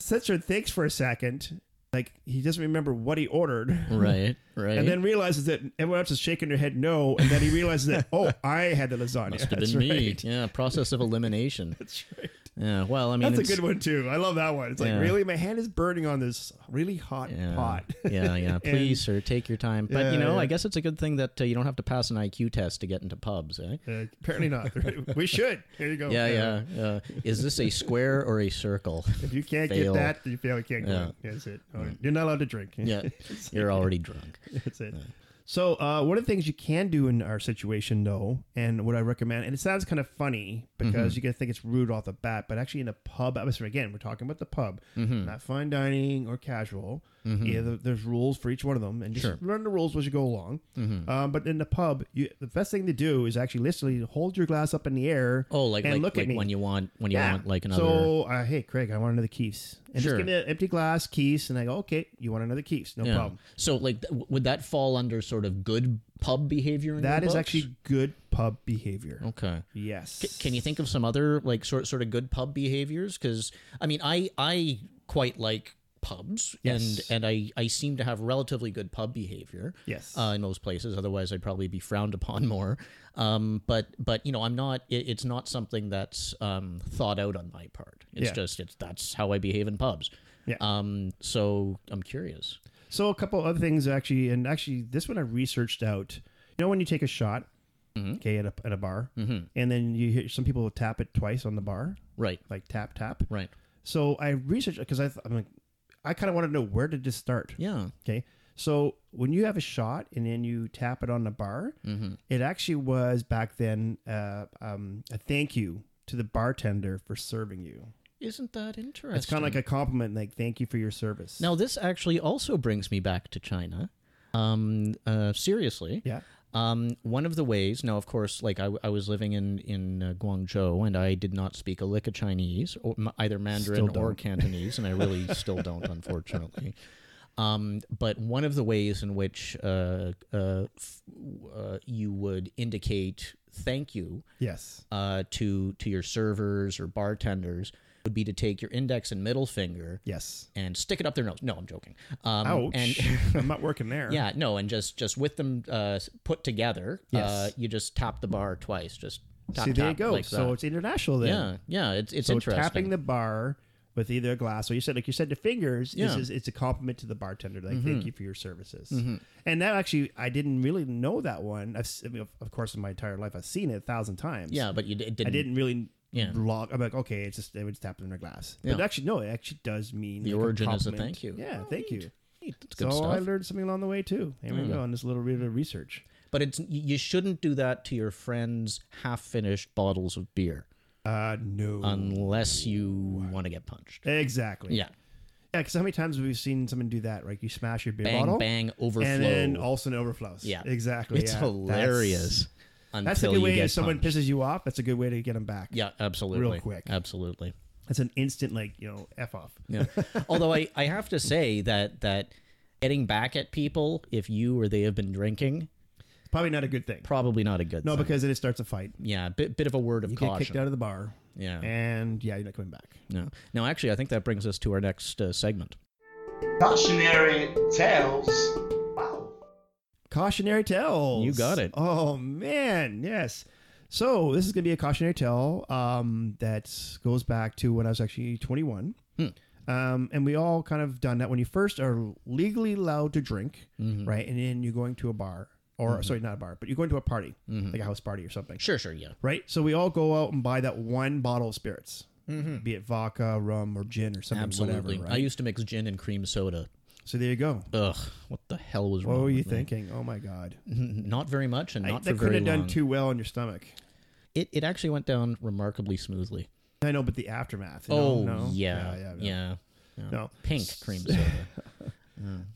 Speaker 2: Sitzer thinks for a second. Like, he doesn't remember what he ordered.
Speaker 3: right, right.
Speaker 2: And then realizes that everyone else is shaking their head no. And then he realizes that, oh, I had the lasagna.
Speaker 3: must have
Speaker 2: That's
Speaker 3: been me.
Speaker 2: right.
Speaker 3: Yeah, process of elimination.
Speaker 2: That's right.
Speaker 3: Yeah, well, I mean,
Speaker 2: That's a
Speaker 3: it's-
Speaker 2: good one, too. I love that one. It's like,
Speaker 3: Yeah.
Speaker 2: really? My hand is burning on this really hot
Speaker 3: yeah,
Speaker 2: pot.
Speaker 3: yeah, yeah. Please, sir, take your time. But
Speaker 2: Yeah,
Speaker 3: you know,
Speaker 2: yeah.
Speaker 3: I guess it's a good thing that uh, you don't have to pass an IQ test to get into pubs, eh?
Speaker 2: Uh, apparently not. we should. Here you go.
Speaker 3: Yeah,
Speaker 2: Uh,
Speaker 3: yeah. Uh, is this a square or a circle?
Speaker 2: If you can't
Speaker 3: Fail.
Speaker 2: get that, then you fail. You can't
Speaker 3: Yeah.
Speaker 2: go. in. That's it. All right. You're not allowed to drink.
Speaker 3: Yeah, you're already drunk.
Speaker 2: That's it. So, uh, one of the things you can do in our situation, though, and what I recommend, and it sounds kind of funny because
Speaker 3: Mm-hmm.
Speaker 2: you can think it's rude off the bat, but actually in a pub atmosphere, again, we're talking about the pub,
Speaker 3: Mm-hmm.
Speaker 2: not fine dining or casual. Yeah, there, there's rules for each one of them, and just learn the rules as you go along.
Speaker 3: Mm-hmm.
Speaker 2: Um, but in the pub, you, the best thing to do is actually literally hold your glass up in the air
Speaker 3: Oh, like
Speaker 2: and
Speaker 3: like,
Speaker 2: look
Speaker 3: like
Speaker 2: at me.
Speaker 3: when you want when you want like another.
Speaker 2: So, uh, hey, Craig, I want another Keefs. And just
Speaker 3: Sure.
Speaker 2: give me an empty glass, Keefs, and I go, okay, you want another Keefs? No
Speaker 3: yeah.
Speaker 2: problem.
Speaker 3: So like, th- w- would that fall under sort of good pub behavior? In
Speaker 2: That
Speaker 3: your
Speaker 2: is
Speaker 3: books?
Speaker 2: actually good pub behavior.
Speaker 3: okay.
Speaker 2: Yes.
Speaker 3: Oh. C- Can you think of some other like sort sort of good pub behaviors? Because I mean, I I quite like pubs,
Speaker 2: Yes.
Speaker 3: and and I I seem to have relatively good pub behavior.
Speaker 2: Yes.
Speaker 3: uh, in most places. Otherwise, I'd probably be frowned upon more. Um, but but you know, I'm not. It, it's not something that's um, thought out on my part. It's
Speaker 2: Yeah.
Speaker 3: just it's that's how I behave in pubs.
Speaker 2: Yeah.
Speaker 3: Um. So I'm curious.
Speaker 2: so a couple other things actually, and actually this one I researched out. You know when you take a shot,
Speaker 3: Mm-hmm.
Speaker 2: okay, at a, at a bar, and then you hear some people will tap it twice on the bar,
Speaker 3: Right.
Speaker 2: like tap tap.
Speaker 3: Right.
Speaker 2: So I researched because I th- I'm like, I kind of wanted to know where did this start.
Speaker 3: Yeah.
Speaker 2: Okay. So when you have a shot and then you tap it on the bar,
Speaker 3: Mm-hmm.
Speaker 2: it actually was back then uh, um, a thank you to the bartender for serving you.
Speaker 3: Isn't that interesting?
Speaker 2: It's kind of like a compliment, like thank you for your service.
Speaker 3: now this actually also brings me back to China. Um. Uh. Seriously.
Speaker 2: Yeah.
Speaker 3: Um, one of the ways, now, of course, like I, I was living in in uh, Guangzhou, and I did not speak a lick of Chinese, or m- either Mandarin
Speaker 2: Still
Speaker 3: or
Speaker 2: don't.
Speaker 3: Cantonese, and I really still don't, unfortunately. Um, but one of the ways in which uh, uh, f- uh, you would indicate thank you
Speaker 2: Yes.
Speaker 3: uh, to to your servers or bartenders would be to take your index and middle finger
Speaker 2: Yes.
Speaker 3: and stick it up their nose. No, I'm joking. Um,
Speaker 2: Ouch.
Speaker 3: And
Speaker 2: I'm not working there.
Speaker 3: yeah, no, and just just with them uh, s- put together,
Speaker 2: Yes.
Speaker 3: uh, you just tap the bar twice. Just tap,
Speaker 2: See, there you
Speaker 3: tap,
Speaker 2: go.
Speaker 3: Like
Speaker 2: so
Speaker 3: that.
Speaker 2: it's international then.
Speaker 3: yeah, yeah, it's it's
Speaker 2: So
Speaker 3: interesting.
Speaker 2: tapping the bar with either a glass or you said like you said to fingers this
Speaker 3: Yeah. Mm-hmm.
Speaker 2: is it's a compliment to the bartender like thank you for your services and that actually i didn't really know that one I've, s- I mean, of, of course in my entire life i've seen it a thousand times
Speaker 3: Yeah, but you d- it didn't.
Speaker 2: i didn't really
Speaker 3: Yeah.
Speaker 2: log i'm like okay it's just it would just happen in a glass but
Speaker 3: Yeah.
Speaker 2: actually no it actually does mean
Speaker 3: The
Speaker 2: like, a
Speaker 3: origin is a
Speaker 2: compliment.
Speaker 3: thank you.
Speaker 2: yeah
Speaker 3: Oh,
Speaker 2: thank
Speaker 3: neat.
Speaker 2: you
Speaker 3: Neat, That's
Speaker 2: so
Speaker 3: good stuff. Mm.
Speaker 2: i learned something along the way too there we go on this little bit of research
Speaker 3: but it's y- you shouldn't do that to your friends' half-finished bottles of beer
Speaker 2: uh no
Speaker 3: unless you want to get punched.
Speaker 2: exactly
Speaker 3: Yeah,
Speaker 2: Yeah, because how many times have we seen someone do that? Right, you smash your beer
Speaker 3: bang
Speaker 2: bottle,
Speaker 3: bang overflow.
Speaker 2: and then all of a sudden it overflows.
Speaker 3: Yeah.
Speaker 2: exactly.
Speaker 3: it's
Speaker 2: yeah. That's-
Speaker 3: hilarious.
Speaker 2: That's,
Speaker 3: until
Speaker 2: a good
Speaker 3: you
Speaker 2: way.
Speaker 3: get
Speaker 2: If someone
Speaker 3: punched.
Speaker 2: pisses you off, that's a good way to get them back.
Speaker 3: Yeah, absolutely.
Speaker 2: quick.
Speaker 3: Absolutely.
Speaker 2: that's an instant like you know f off.
Speaker 3: Yeah. Although I, I have to say that that getting back at people if you or they have been drinking
Speaker 2: It's probably not a good thing.
Speaker 3: probably not a good
Speaker 2: No,
Speaker 3: thing.
Speaker 2: because then it starts a fight.
Speaker 3: yeah, bit bit of a word of
Speaker 2: You get kicked
Speaker 3: caution.
Speaker 2: out of the bar,
Speaker 3: Yeah.
Speaker 2: and yeah, you're not coming back.
Speaker 3: No. Now actually I think that brings us to our next uh, segment.
Speaker 1: Cautionary tales. Wow.
Speaker 2: Cautionary tales.
Speaker 3: You got it.
Speaker 2: Oh man, yes. So this is gonna be a cautionary tale um, that goes back to when I was actually 21,
Speaker 3: Hmm.
Speaker 2: um, and we all kind of done that when you first are legally allowed to drink,
Speaker 3: Mhm.
Speaker 2: right? And then you're going to a bar, or
Speaker 3: Mm-hmm.
Speaker 2: sorry, not a bar, but you're going to a party, like a house party or something,
Speaker 3: Sure, sure, yeah.
Speaker 2: right? So we all go out and buy that one bottle of spirits, be it vodka, rum, or gin, or something,
Speaker 3: Mm-hmm. Absolutely.
Speaker 2: whatever.
Speaker 3: I
Speaker 2: Right?
Speaker 3: used to mix gin and cream soda.
Speaker 2: so there you go.
Speaker 3: Ugh, what the hell was
Speaker 2: What
Speaker 3: wrong
Speaker 2: were you
Speaker 3: with me?
Speaker 2: thinking? Oh my god,
Speaker 3: Not very much and
Speaker 2: I,
Speaker 3: not for
Speaker 2: that
Speaker 3: very
Speaker 2: couldn't have
Speaker 3: long.
Speaker 2: done too well on your stomach.
Speaker 3: It it actually went down remarkably smoothly.
Speaker 2: I know, but the aftermath. you
Speaker 3: oh,
Speaker 2: know? No?
Speaker 3: yeah. Yeah.
Speaker 2: yeah.
Speaker 3: yeah.
Speaker 2: No.
Speaker 3: Pink cream soda.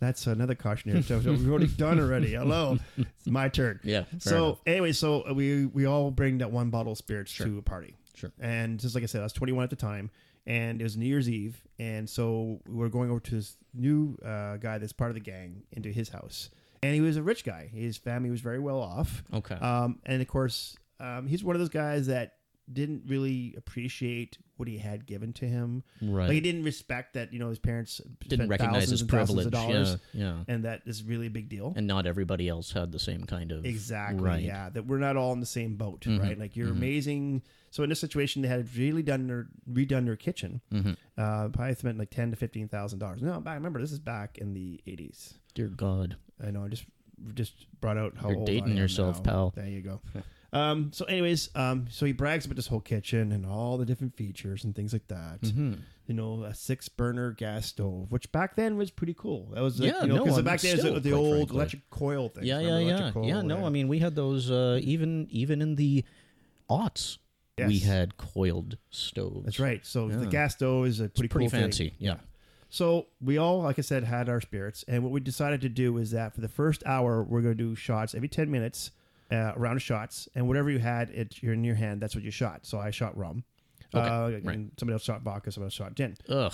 Speaker 2: That's another cautionary tale. So We've already done already. Hello, it's my turn.
Speaker 3: Yeah, fair
Speaker 2: So
Speaker 3: enough.
Speaker 2: anyway, so we we all bring that one bottle of spirits to a party.
Speaker 3: Sure.
Speaker 2: And just like I said, I was 21 at the time, and it was New Year's Eve, and so we were going over to this new uh, guy that's part of the gang into his house, and he was a rich guy. His family was very well off.
Speaker 3: Okay.
Speaker 2: Um, and of course, um, he's one of those guys that didn't really appreciate what he had given to him.
Speaker 3: Right.
Speaker 2: Like he didn't respect that you know his parents
Speaker 3: Didn't
Speaker 2: spent
Speaker 3: recognize
Speaker 2: thousands
Speaker 3: his
Speaker 2: and thousands
Speaker 3: privilege.
Speaker 2: of dollars,
Speaker 3: Yeah. Yeah.
Speaker 2: and that is really a big deal.
Speaker 3: and not everybody else had the same kind of
Speaker 2: Exactly.
Speaker 3: right. Mm-hmm,
Speaker 2: Yeah, that we're not all in the same boat, right? Like you're amazing. So in this situation, they had really done their redone their kitchen.
Speaker 3: Mm-hmm.
Speaker 2: Uh, probably spent like ten to fifteen thousand dollars. No, back, remember this is back in the eighties.
Speaker 3: Dear God,
Speaker 2: I know. I just just brought out how
Speaker 3: You're
Speaker 2: old
Speaker 3: dating
Speaker 2: I am
Speaker 3: yourself,
Speaker 2: now.
Speaker 3: pal.
Speaker 2: There you go. um. So, anyways, um. So he brags about this whole kitchen and all the different features and things like that.
Speaker 3: Mm-hmm.
Speaker 2: You know, a six burner gas stove, which back then was pretty cool. That was like,
Speaker 3: Yeah,
Speaker 2: you know,
Speaker 3: no,
Speaker 2: 'cause
Speaker 3: I'm
Speaker 2: back then it
Speaker 3: still,
Speaker 2: was the
Speaker 3: quite
Speaker 2: old
Speaker 3: frankly.
Speaker 2: electric coil thing.
Speaker 3: yeah, yeah, yeah, yeah. No, I mean we had those uh, even even in the aughts. We
Speaker 2: Yes.
Speaker 3: had coiled stoves.
Speaker 2: that's right. So the
Speaker 3: Yeah.
Speaker 2: gas stove is a pretty,
Speaker 3: Pretty
Speaker 2: cool thing.
Speaker 3: fancy. Yeah.
Speaker 2: So we all, like I said, had our spirits, and what we decided to do is that for the first hour, we're going to do shots every ten minutes, uh, round of shots, and whatever you had it in your hand, that's what you shot. So I shot rum, uh, and
Speaker 3: right.
Speaker 2: somebody else shot vodka, somebody else shot gin,
Speaker 3: Ugh.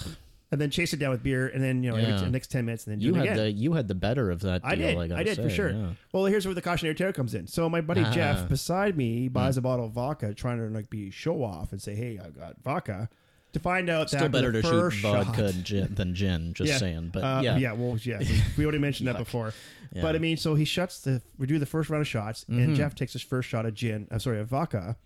Speaker 2: and then chase it down with beer, and then you know
Speaker 3: Yeah.
Speaker 2: every t- next ten minutes, and then do
Speaker 3: You
Speaker 2: it
Speaker 3: had
Speaker 2: again.
Speaker 3: the you had the better of that. Deal,
Speaker 2: I did.
Speaker 3: gotta
Speaker 2: I, did for
Speaker 3: say,
Speaker 2: sure.
Speaker 3: yeah.
Speaker 2: Well, here's where the cautionary tale comes in. So my buddy
Speaker 3: Ah. Hmm.
Speaker 2: Jeff beside me buys a bottle of vodka, trying to like be show off and say, "Hey, I got vodka." To find out that
Speaker 3: Still
Speaker 2: after
Speaker 3: better
Speaker 2: the
Speaker 3: to shoot
Speaker 2: first
Speaker 3: vodka
Speaker 2: shot-
Speaker 3: and gin, than gin. Just saying, but
Speaker 2: uh,
Speaker 3: yeah,
Speaker 2: yeah, well, yeah, we already mentioned that before. But I mean, so he shuts the. We do the first round of shots,
Speaker 3: Mm-hmm.
Speaker 2: and Jeff takes his first shot of gin. I'm sorry, of vodka,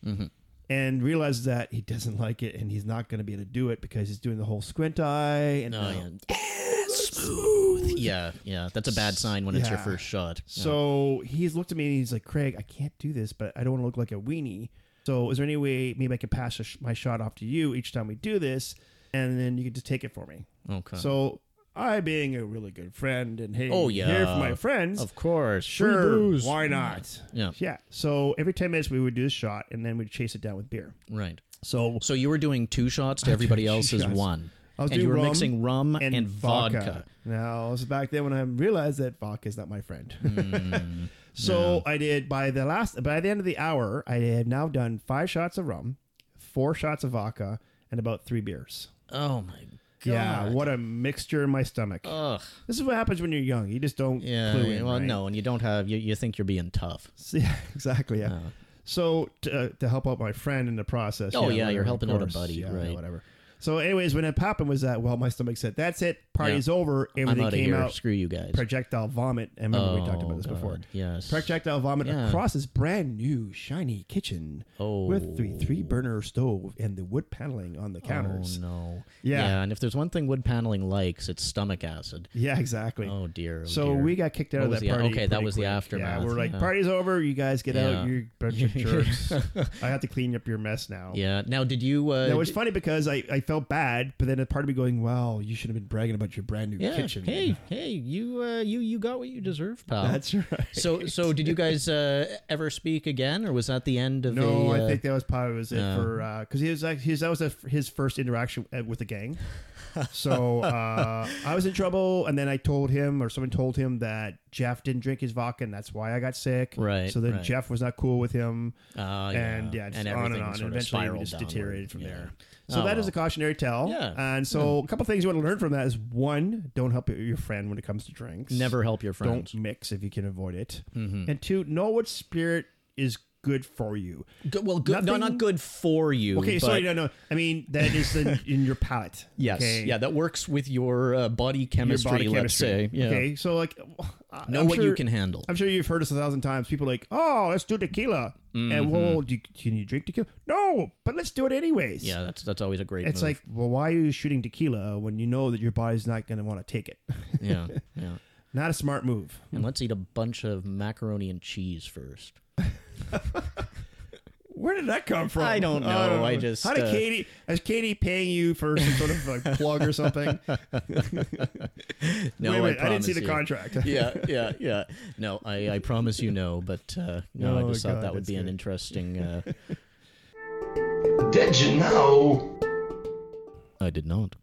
Speaker 2: and realizes that he doesn't like it, and he's not going to be able to do it because he's doing the whole squint eye and.
Speaker 3: Oh, yeah. smooth. Yeah, yeah. That's a bad sign when it's your
Speaker 2: Yeah.
Speaker 3: first shot.
Speaker 2: So he's looked at me and he's like, "Craig, I can't do this, but I don't want to look like a weenie. So is there any way maybe I could pass a sh- my shot off to you each time we do this, and then you could just take it for me?"
Speaker 3: Okay.
Speaker 2: So I, being a really good friend, and hey,
Speaker 3: Oh,
Speaker 2: here
Speaker 3: yeah.
Speaker 2: for my friends,
Speaker 3: of course, Free
Speaker 2: Sure.
Speaker 3: booze.
Speaker 2: Why not?
Speaker 3: Yeah.
Speaker 2: Yeah. So every 10 minutes, we would do a shot and then we'd chase it down with beer.
Speaker 3: Right.
Speaker 2: So
Speaker 3: So you were doing two shots to everybody
Speaker 2: doing two
Speaker 3: else's
Speaker 2: shots.
Speaker 3: one.
Speaker 2: I was
Speaker 3: and
Speaker 2: doing
Speaker 3: you were
Speaker 2: rum
Speaker 3: mixing rum and, vodka.
Speaker 2: Now, this is back then when I realized that vodka is not my friend.
Speaker 3: Hmm,
Speaker 2: so I did by the last, by the end of the hour, I had now done five shots of rum, four shots of vodka, and about three beers.
Speaker 3: Oh my god.
Speaker 2: Yeah. What a mixture in my stomach.
Speaker 3: Ugh.
Speaker 2: this is what happens when you're young. You just don't
Speaker 3: Yeah.
Speaker 2: clue in.
Speaker 3: well,
Speaker 2: right?
Speaker 3: no, and you don't have you, you think you're being tough.
Speaker 2: Yeah, exactly. Yeah. So to, uh, to help out my friend in the process.
Speaker 3: Oh, yeah,
Speaker 2: whatever,
Speaker 3: you're
Speaker 2: of
Speaker 3: helping out a
Speaker 2: course,
Speaker 3: buddy,
Speaker 2: yeah,
Speaker 3: right.
Speaker 2: Whatever. So, anyways, when it happened was that well, my stomach said, "That's it, party's over."
Speaker 3: I'm
Speaker 2: Everything
Speaker 3: out of
Speaker 2: came
Speaker 3: here.
Speaker 2: out
Speaker 3: Screw you guys.
Speaker 2: projectile vomit. And remember we talked about this
Speaker 3: Oh,
Speaker 2: before.
Speaker 3: God, Yes.
Speaker 2: Projectile vomit
Speaker 3: Yeah.
Speaker 2: across his brand new shiny kitchen
Speaker 3: oh.
Speaker 2: with the three burner stove and the wood paneling on the counters.
Speaker 3: Oh no.
Speaker 2: Yeah.
Speaker 3: And if there's one thing wood paneling likes, it's stomach acid.
Speaker 2: Yeah, exactly.
Speaker 3: Oh dear. oh,
Speaker 2: so
Speaker 3: dear.
Speaker 2: we got kicked out
Speaker 3: What
Speaker 2: of
Speaker 3: was
Speaker 2: that
Speaker 3: the-
Speaker 2: party.
Speaker 3: okay, that
Speaker 2: pretty
Speaker 3: was the
Speaker 2: quick.
Speaker 3: aftermath,
Speaker 2: Yeah, we're like,
Speaker 3: yeah.
Speaker 2: party's over. You guys get
Speaker 3: Yeah.
Speaker 2: out. You bunch of jerks. I have to clean up your mess now.
Speaker 3: yeah. Now, did you? Uh,
Speaker 2: Now, it was
Speaker 3: d-
Speaker 2: funny because I, I felt bad, but then a part of me going, "Well, you should have been bragging about your brand new
Speaker 3: yeah.
Speaker 2: kitchen."
Speaker 3: Hey, hey, you, uh, you, you got what you deserve, pal.
Speaker 2: that's right.
Speaker 3: so, so did you guys uh, ever speak again, or was that the end of?
Speaker 2: No,
Speaker 3: the,
Speaker 2: I
Speaker 3: uh,
Speaker 2: think that was probably was it
Speaker 3: no.
Speaker 2: for because he was like his that was the- his first interaction uh, with the gang. So uh, I was in trouble, and then I told him, or someone told him that Jeff didn't drink his vodka, and that's why I got sick.
Speaker 3: Right,
Speaker 2: So then
Speaker 3: right.
Speaker 2: Jeff was not cool with him,
Speaker 3: Uh,
Speaker 2: and yeah, just on and
Speaker 3: everything
Speaker 2: on. and
Speaker 3: sort of
Speaker 2: eventually, we
Speaker 3: spiraled
Speaker 2: just
Speaker 3: downward.
Speaker 2: deteriorated from
Speaker 3: Yeah.
Speaker 2: there. So
Speaker 3: Oh,
Speaker 2: that is
Speaker 3: well.
Speaker 2: a cautionary tale.
Speaker 3: Yeah. Hmm.
Speaker 2: And so a couple things you want to learn from that is one, don't help your friend when it comes to drinks.
Speaker 3: Never Mm-hmm. help your friends.
Speaker 2: Don't mix if you can avoid it. And two, know what spirit is good for you.
Speaker 3: Good, well, good, no,
Speaker 2: Nothing-
Speaker 3: not good for you.
Speaker 2: Okay,
Speaker 3: but
Speaker 2: sorry, no, no. I mean that is in, in your palate.
Speaker 3: Yes,
Speaker 2: okay?
Speaker 3: yeah, that works with your uh, body
Speaker 2: Your
Speaker 3: chemistry.
Speaker 2: body
Speaker 3: let's
Speaker 2: chemistry.
Speaker 3: say, yeah,
Speaker 2: Okay, so like, I-
Speaker 3: know
Speaker 2: I'm
Speaker 3: what you
Speaker 2: sure-
Speaker 3: can handle.
Speaker 2: I'm sure you've heard us a thousand times. People like, oh, let's do tequila,
Speaker 3: Mm-hmm.
Speaker 2: and well, do you, can you drink tequila? No, but let's do it anyways.
Speaker 3: yeah, that's that's always a great.
Speaker 2: It's
Speaker 3: move.
Speaker 2: like, well, why are you shooting tequila when you know that your body's not going to want to take it?
Speaker 3: yeah, yeah.
Speaker 2: Not a smart move.
Speaker 3: And let's eat a bunch of macaroni and cheese first.
Speaker 2: Where did that come from?
Speaker 3: I don't know. I just,
Speaker 2: Oh, how did
Speaker 3: uh,
Speaker 2: Katie? Is Katie paying you for some sort of like plug or something?
Speaker 3: No,
Speaker 2: Wait a
Speaker 3: I
Speaker 2: minute, I, didn't see
Speaker 3: promise
Speaker 2: the
Speaker 3: you.
Speaker 2: contract.
Speaker 3: yeah, yeah, yeah. No, I, I promise you no, but uh, no,
Speaker 2: Oh,
Speaker 3: I just
Speaker 2: God,
Speaker 3: thought that would
Speaker 2: that's
Speaker 3: be an
Speaker 2: good.
Speaker 3: interesting. Uh,
Speaker 1: Did you know?
Speaker 3: I did not.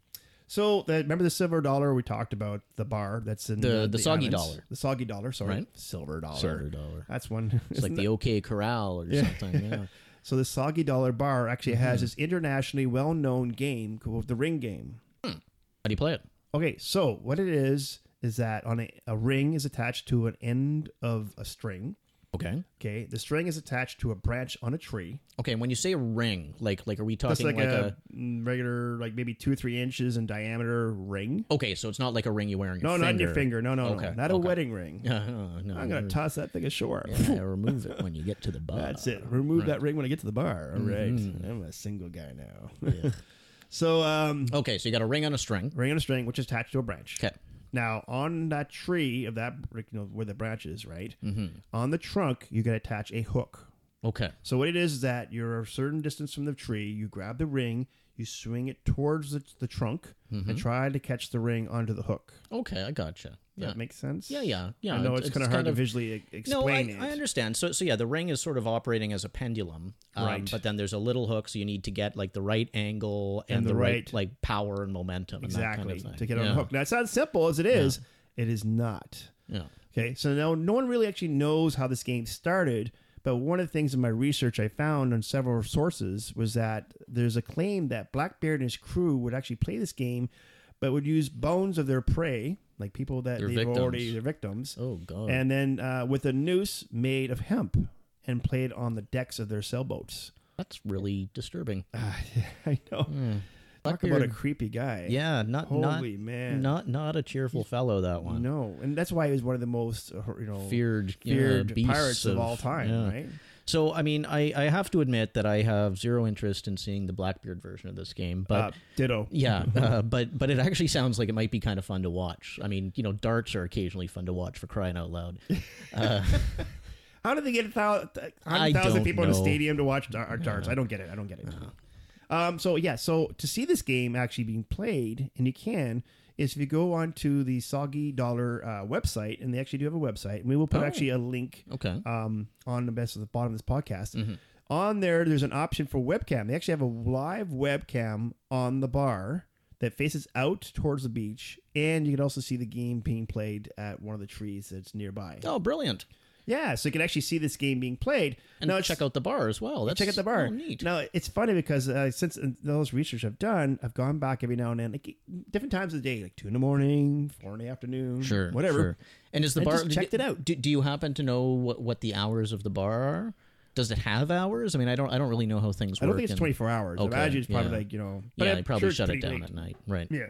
Speaker 2: So that, remember the silver dollar we talked about the bar that's in
Speaker 3: The- the soggy dollar.
Speaker 2: the soggy dollar sorry
Speaker 3: Right.
Speaker 2: silver dollar
Speaker 3: Silver dollar.
Speaker 2: that's one
Speaker 3: It's like the OK Corral or something. Yeah.
Speaker 2: so the soggy dollar bar actually has
Speaker 3: Mm-hmm.
Speaker 2: this internationally well known game called the ring game.
Speaker 3: How do you play it?
Speaker 2: Okay, so what it is is that on a, a ring is attached to an end of a string.
Speaker 3: Okay.
Speaker 2: Okay, the string is attached to a branch on a tree.
Speaker 3: Okay. When you say a ring, like like are we
Speaker 2: That's
Speaker 3: talking
Speaker 2: like,
Speaker 3: like,
Speaker 2: a, mm, regular, like maybe two or three inches in diameter ring.
Speaker 3: Okay, so it's not like a ring you wear on your
Speaker 2: No,
Speaker 3: finger.
Speaker 2: not in your finger. No, no,
Speaker 3: Okay,
Speaker 2: no, not a
Speaker 3: okay.
Speaker 2: wedding ring.
Speaker 3: Uh, no,
Speaker 2: I'm gonna
Speaker 3: no.
Speaker 2: toss that thing ashore.
Speaker 3: Yeah, remove it when you get to the bar.
Speaker 2: That's it. Remove that ring when I get to the bar. All right.
Speaker 3: Mm-hmm.
Speaker 2: I'm a single guy now. so, um,
Speaker 3: Okay, so you got a ring on a string.
Speaker 2: ring on a string, which is attached to a branch.
Speaker 3: Okay.
Speaker 2: Now, on that tree of that, you know, where the branch is, right? Mm-hmm. On the trunk, you can attach a hook.
Speaker 3: Okay.
Speaker 2: So, what it is is that you're a certain distance from the tree, you grab the ring, you swing it towards the, the trunk,
Speaker 3: Mm-hmm.
Speaker 2: and try to catch the ring onto the hook.
Speaker 3: Okay, I gotcha.
Speaker 2: Does
Speaker 3: Yeah.
Speaker 2: That makes sense?
Speaker 3: Yeah, yeah, yeah.
Speaker 2: I know it's, kind of hard to visually e-
Speaker 3: No, I,
Speaker 2: explain it.
Speaker 3: I understand. So, so yeah, the ring is sort of operating as a pendulum, um,
Speaker 2: Right.
Speaker 3: But then there's a little hook, so you need to get like the right angle and,
Speaker 2: And
Speaker 3: the,
Speaker 2: the
Speaker 3: right,
Speaker 2: right-
Speaker 3: like power and momentum.
Speaker 2: Exactly.
Speaker 3: and that kind of thing.
Speaker 2: to get
Speaker 3: yeah.
Speaker 2: on the hook. Now, it sounds simple as it is, it is not.
Speaker 3: Yeah.
Speaker 2: Okay, so now no one really actually knows how this game started, but one of the things in my research I found on several sources was that there's a claim that Blackbeard and his crew would actually play this game, but would use bones of their prey, like people that
Speaker 3: Their
Speaker 2: they've
Speaker 3: victims.
Speaker 2: already their victims,
Speaker 3: Oh god.
Speaker 2: and then uh, with a noose made of hemp and played on the decks of their sailboats.
Speaker 3: That's really disturbing.
Speaker 2: I know. Uh, Talk about a
Speaker 3: Blackbeard-
Speaker 2: creepy guy.
Speaker 3: Hmm. Yeah. Not
Speaker 2: Holy
Speaker 3: not
Speaker 2: man.
Speaker 3: not not a cheerful fellow. That one.
Speaker 2: No, and that's why he was one of the most uh, you know
Speaker 3: Feared, yeah,
Speaker 2: feared
Speaker 3: beasts
Speaker 2: pirates of,
Speaker 3: of-
Speaker 2: all time,
Speaker 3: yeah.
Speaker 2: right?
Speaker 3: So I mean, I I have to admit that I have zero interest in seeing the Blackbeard version of this game, but.
Speaker 2: uh, ditto.
Speaker 3: Yeah, uh, but but it actually sounds like it might be kind of fun to watch. I mean, you know, darts are occasionally fun to watch for crying out loud.
Speaker 2: How did they get a thou- th-
Speaker 3: I
Speaker 2: 100,000
Speaker 3: don't
Speaker 2: people in a
Speaker 3: know. Uh-huh.
Speaker 2: stadium to watch dar- our darts? I don't get it. I don't get it. Um, so, yeah, so to see this game actually being played, and you can, is if you go onto the Soggy Dollar uh, website, and they actually do have a website, and we will put
Speaker 3: Oh.
Speaker 2: actually a link
Speaker 3: Okay.
Speaker 2: um, on the best at the bottom of this podcast.
Speaker 3: Mm-hmm.
Speaker 2: On there, there's an option for webcam. They actually have a live webcam on the bar that faces out towards the beach, and you can also see the game being played at one of the trees that's nearby.
Speaker 3: Oh, brilliant!
Speaker 2: Yeah, so you can actually see this game being played.
Speaker 3: And
Speaker 2: now it's-
Speaker 3: check out the bar as well. That's
Speaker 2: check out the bar.
Speaker 3: oh, neat.
Speaker 2: Now it's funny because uh, since those research I've done, I've gone back every now and then, like different times of the day, like two in the morning, four in the afternoon,
Speaker 3: sure,
Speaker 2: whatever.
Speaker 3: sure. And is the
Speaker 2: I
Speaker 3: bar
Speaker 2: just checked it out.
Speaker 3: Do, do you happen to know what, what the hours of the bar are? Does it have hours? I mean, I don't. I don't really know how things
Speaker 2: I
Speaker 3: work.
Speaker 2: don't think it's
Speaker 3: in-
Speaker 2: 24 hours.
Speaker 3: Okay,
Speaker 2: I imagine it's probably
Speaker 3: yeah.
Speaker 2: like, you know. but
Speaker 3: Yeah,
Speaker 2: I'm
Speaker 3: they probably
Speaker 2: sure it's
Speaker 3: shut it
Speaker 2: pretty
Speaker 3: down
Speaker 2: late.
Speaker 3: at night, right?
Speaker 2: Yeah.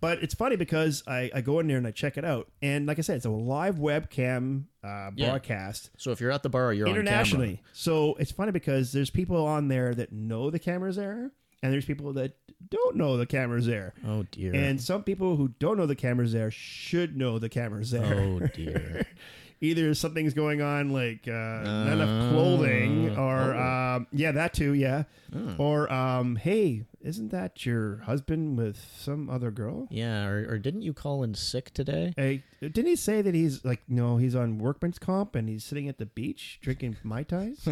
Speaker 2: But it's funny because I, I go in there and I check it out. And like I said, it's a live webcam uh,
Speaker 3: Yeah.
Speaker 2: broadcast
Speaker 3: So if you're at the bar, you're On
Speaker 2: internationally. So it's funny because there's people on there that know the camera's there, and there's people that don't know the camera's there.
Speaker 3: camera. Oh dear.
Speaker 2: And some people who don't know the camera's there should know the camera's there.
Speaker 3: oh dear.
Speaker 2: Either something's going on, like uh, not enough clothing,
Speaker 3: Oh.
Speaker 2: or um, yeah, that too, yeah, or um, hey, isn't that your husband with some other girl?
Speaker 3: Yeah. Or, or didn't you call in sick today?
Speaker 2: Hey, didn't he say that he's like no, he's on workman's comp and he's sitting at the beach drinking mai tais?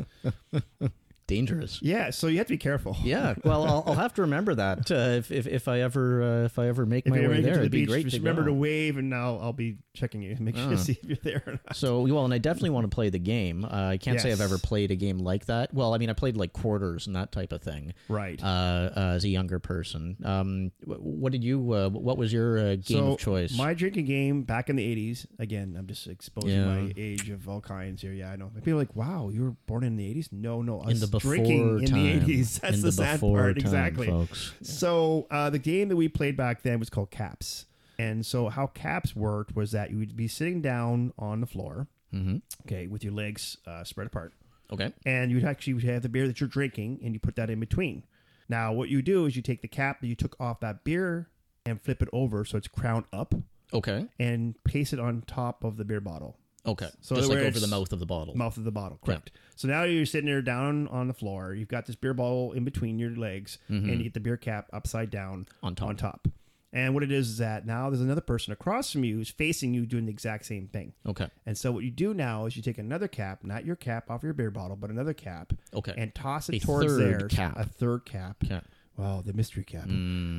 Speaker 3: Dangerous.
Speaker 2: yeah, so you have to be careful.
Speaker 3: Yeah. Well, I'll, I'll have to remember that uh, if, if if I ever uh, if I ever make
Speaker 2: If
Speaker 3: my
Speaker 2: you ever
Speaker 3: way
Speaker 2: make it
Speaker 3: there,
Speaker 2: to the
Speaker 3: it'd be
Speaker 2: beach,
Speaker 3: great
Speaker 2: just
Speaker 3: to
Speaker 2: remember
Speaker 3: go.
Speaker 2: to wave, and I'll I'll be checking you, make sure to see if you're there or not.
Speaker 3: So well, and I definitely want to play the game. Uh, I can't say I've
Speaker 2: Yes.
Speaker 3: ever played a game like that. Well, I mean, I played like quarters and that type of thing.
Speaker 2: Right.
Speaker 3: Uh, uh, as a younger person, um, wh- what did you? Uh, what was your uh, game of choice?
Speaker 2: My drinking game back in the eighties. Again, I'm just exposing
Speaker 3: Yeah.
Speaker 2: my age of all kinds here. Yeah, I know. People are like, "Wow, you were born in the eighties? No, no, us
Speaker 3: in the before
Speaker 2: drinking in
Speaker 3: time.
Speaker 2: the eighties. That's
Speaker 3: In
Speaker 2: the, sad
Speaker 3: before
Speaker 2: part.
Speaker 3: time,
Speaker 2: exactly.
Speaker 3: folks.
Speaker 2: So uh, the game that we played back then was called Caps. And so how Caps worked was that you would be sitting down on the floor,
Speaker 3: Mm-hmm.
Speaker 2: okay, with your legs uh, spread apart,
Speaker 3: Okay.
Speaker 2: and you'd actually would have the beer that you're drinking, and you put that in between. Now what you do is you take the cap that you took off that beer and flip it over so it's crown up
Speaker 3: Okay.
Speaker 2: and paste it on top of the beer bottle,
Speaker 3: Okay.
Speaker 2: So
Speaker 3: Just like
Speaker 2: where
Speaker 3: over the
Speaker 2: it's-
Speaker 3: mouth of the bottle.
Speaker 2: mouth of the bottle. Correct. So now you're sitting there down on the floor. You've got this beer bottle in between your legs, and you get the beer cap upside down
Speaker 3: Mm-hmm. On top.
Speaker 2: On top. And what it is is that now there's another person across from you who's facing you doing the exact same thing.
Speaker 3: Okay.
Speaker 2: And so what you do now is you take another cap, not your cap off your beer bottle, but another cap,
Speaker 3: Okay.
Speaker 2: and toss it
Speaker 3: A
Speaker 2: towards
Speaker 3: third
Speaker 2: theirs.
Speaker 3: cap.
Speaker 2: A third cap.
Speaker 3: Okay. Mm.
Speaker 2: Wow, the mystery cap.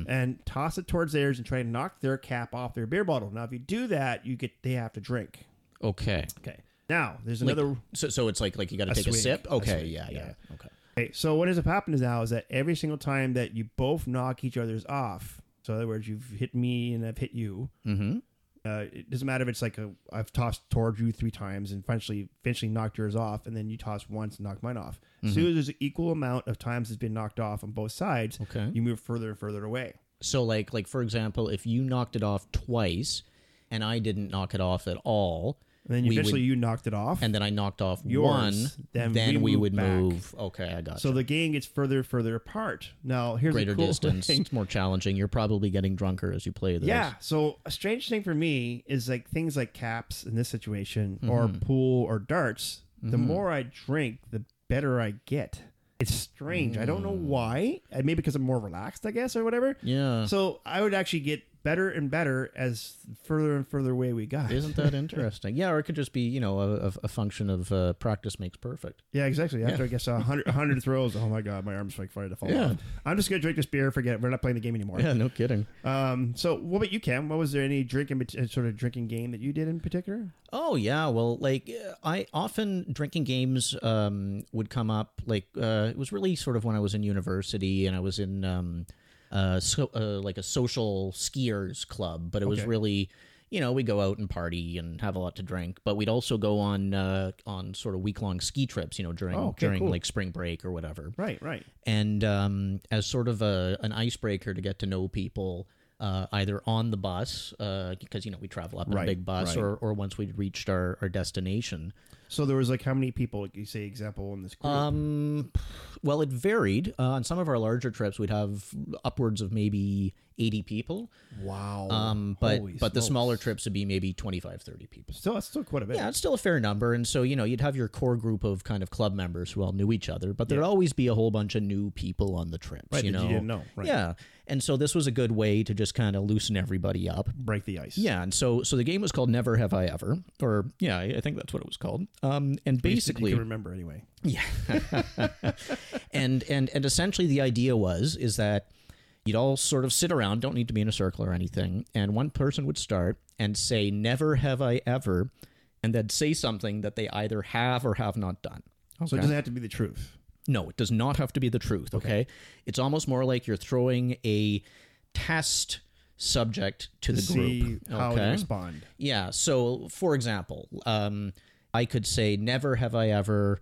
Speaker 2: And toss it towards theirs and try to knock their cap off their beer bottle. Now, if you do that, you get they have to drink.
Speaker 3: Okay.
Speaker 2: Okay. Now there's
Speaker 3: Like,
Speaker 2: another.
Speaker 3: so, so it's like like you got to
Speaker 2: A
Speaker 3: take a
Speaker 2: swig.
Speaker 3: sip.
Speaker 2: A
Speaker 3: Okay.
Speaker 2: swig,
Speaker 3: yeah, yeah.
Speaker 2: yeah.
Speaker 3: Okay.
Speaker 2: okay, so what ends up happening now is that every single time that you both knock each other's off, so in other words, you've hit me and I've hit you.
Speaker 3: Mm-hmm.
Speaker 2: Uh, it doesn't matter if it's like a, I've tossed towards you three times and eventually, eventually knocked yours off, and then you toss once and knock mine off. As
Speaker 3: Mm-hmm.
Speaker 2: soon as there's an equal amount of times it's been knocked off on both sides,
Speaker 3: Okay.
Speaker 2: you move further and further away.
Speaker 3: So like like for example, if you knocked it off twice, and I didn't knock it off at all,
Speaker 2: And then
Speaker 3: we would-
Speaker 2: eventually you knocked it off.
Speaker 3: and then I knocked off
Speaker 2: Yours,
Speaker 3: one,
Speaker 2: then we move
Speaker 3: would
Speaker 2: back.
Speaker 3: move. Okay, I got
Speaker 2: so
Speaker 3: you.
Speaker 2: the game gets further and further apart. Now here's
Speaker 3: greater
Speaker 2: a cool
Speaker 3: distance.
Speaker 2: thing.
Speaker 3: It's more challenging. You're probably getting drunker as you play this.
Speaker 2: Yeah. So a strange thing for me is like things like caps in this situation or
Speaker 3: Mm-hmm.
Speaker 2: pool or darts. The more I drink, the better I get. It's strange. I don't know why. Uh, Maybe because I'm more relaxed, I guess, or whatever.
Speaker 3: Mm. Yeah.
Speaker 2: So I would actually get better and better as further and further away we got.
Speaker 3: Isn't that interesting? Yeah, or it could just be you know a, a, a function of uh, practice makes perfect.
Speaker 2: Yeah, exactly. After I guess a hundred a hundred throws, oh my god, my arm's like fire to fall
Speaker 3: Yeah.
Speaker 2: off. I'm just gonna drink this beer. Forget it. We're not playing the game anymore.
Speaker 3: Yeah, no kidding.
Speaker 2: Um. So what about you, Cam? What was there any drinking uh, sort of drinking game that you did in particular?
Speaker 3: Oh yeah, well, like uh, I often drinking games um, would come up. Like uh, it was really sort of when I was in university and I was in um, uh, so, uh, like a social skiers club, but it was
Speaker 2: Okay.
Speaker 3: really, you know, we go out and party and have a lot to drink, but we'd also go on uh, on sort of week long ski trips, you know, during
Speaker 2: Oh, okay,
Speaker 3: during
Speaker 2: cool.
Speaker 3: like spring break or whatever
Speaker 2: Right. Right.
Speaker 3: and um, as sort of a, an icebreaker to get to know people uh, either on the bus because you know we travel up in
Speaker 2: Right,
Speaker 3: a big bus
Speaker 2: right.
Speaker 3: or, or once we'd reached our, our destination
Speaker 2: So there was like how many people? like, You say example in this group.
Speaker 3: um, well it varied uh, on some of our larger trips we'd have upwards of maybe 80 people
Speaker 2: wow.
Speaker 3: um, but
Speaker 2: Holy
Speaker 3: but the
Speaker 2: smokes.
Speaker 3: smaller trips would be maybe 25 30 people
Speaker 2: Still, it's still quite a bit.
Speaker 3: yeah, it's still a fair number, and so you know you'd have your core group of kind of club members who all knew each other, but there'd always be a whole bunch of new people on the trips.
Speaker 2: Right,
Speaker 3: you
Speaker 2: that
Speaker 3: know,
Speaker 2: you didn't know, right.
Speaker 3: Yeah, and so this was a good way to just kind of loosen everybody up.
Speaker 2: Break the ice.
Speaker 3: Yeah, and so so the game was called Never Have I Ever, or yeah, I I think that's what it was called. Um, and
Speaker 2: You
Speaker 3: basically,
Speaker 2: can remember anyway.
Speaker 3: yeah. and and and essentially the idea was is that you'd all sort of sit around, don't need to be in a circle or anything, and one person would start and say never have I ever and then say something that they either have or have not done.
Speaker 2: So it doesn't have to be the truth.
Speaker 3: No, it does not have to be the truth, okay? It's almost more like you're throwing a test subject to the
Speaker 2: See
Speaker 3: group.
Speaker 2: how
Speaker 3: okay?
Speaker 2: they respond.
Speaker 3: Yeah. So, for example, um, I could say, "Never have I ever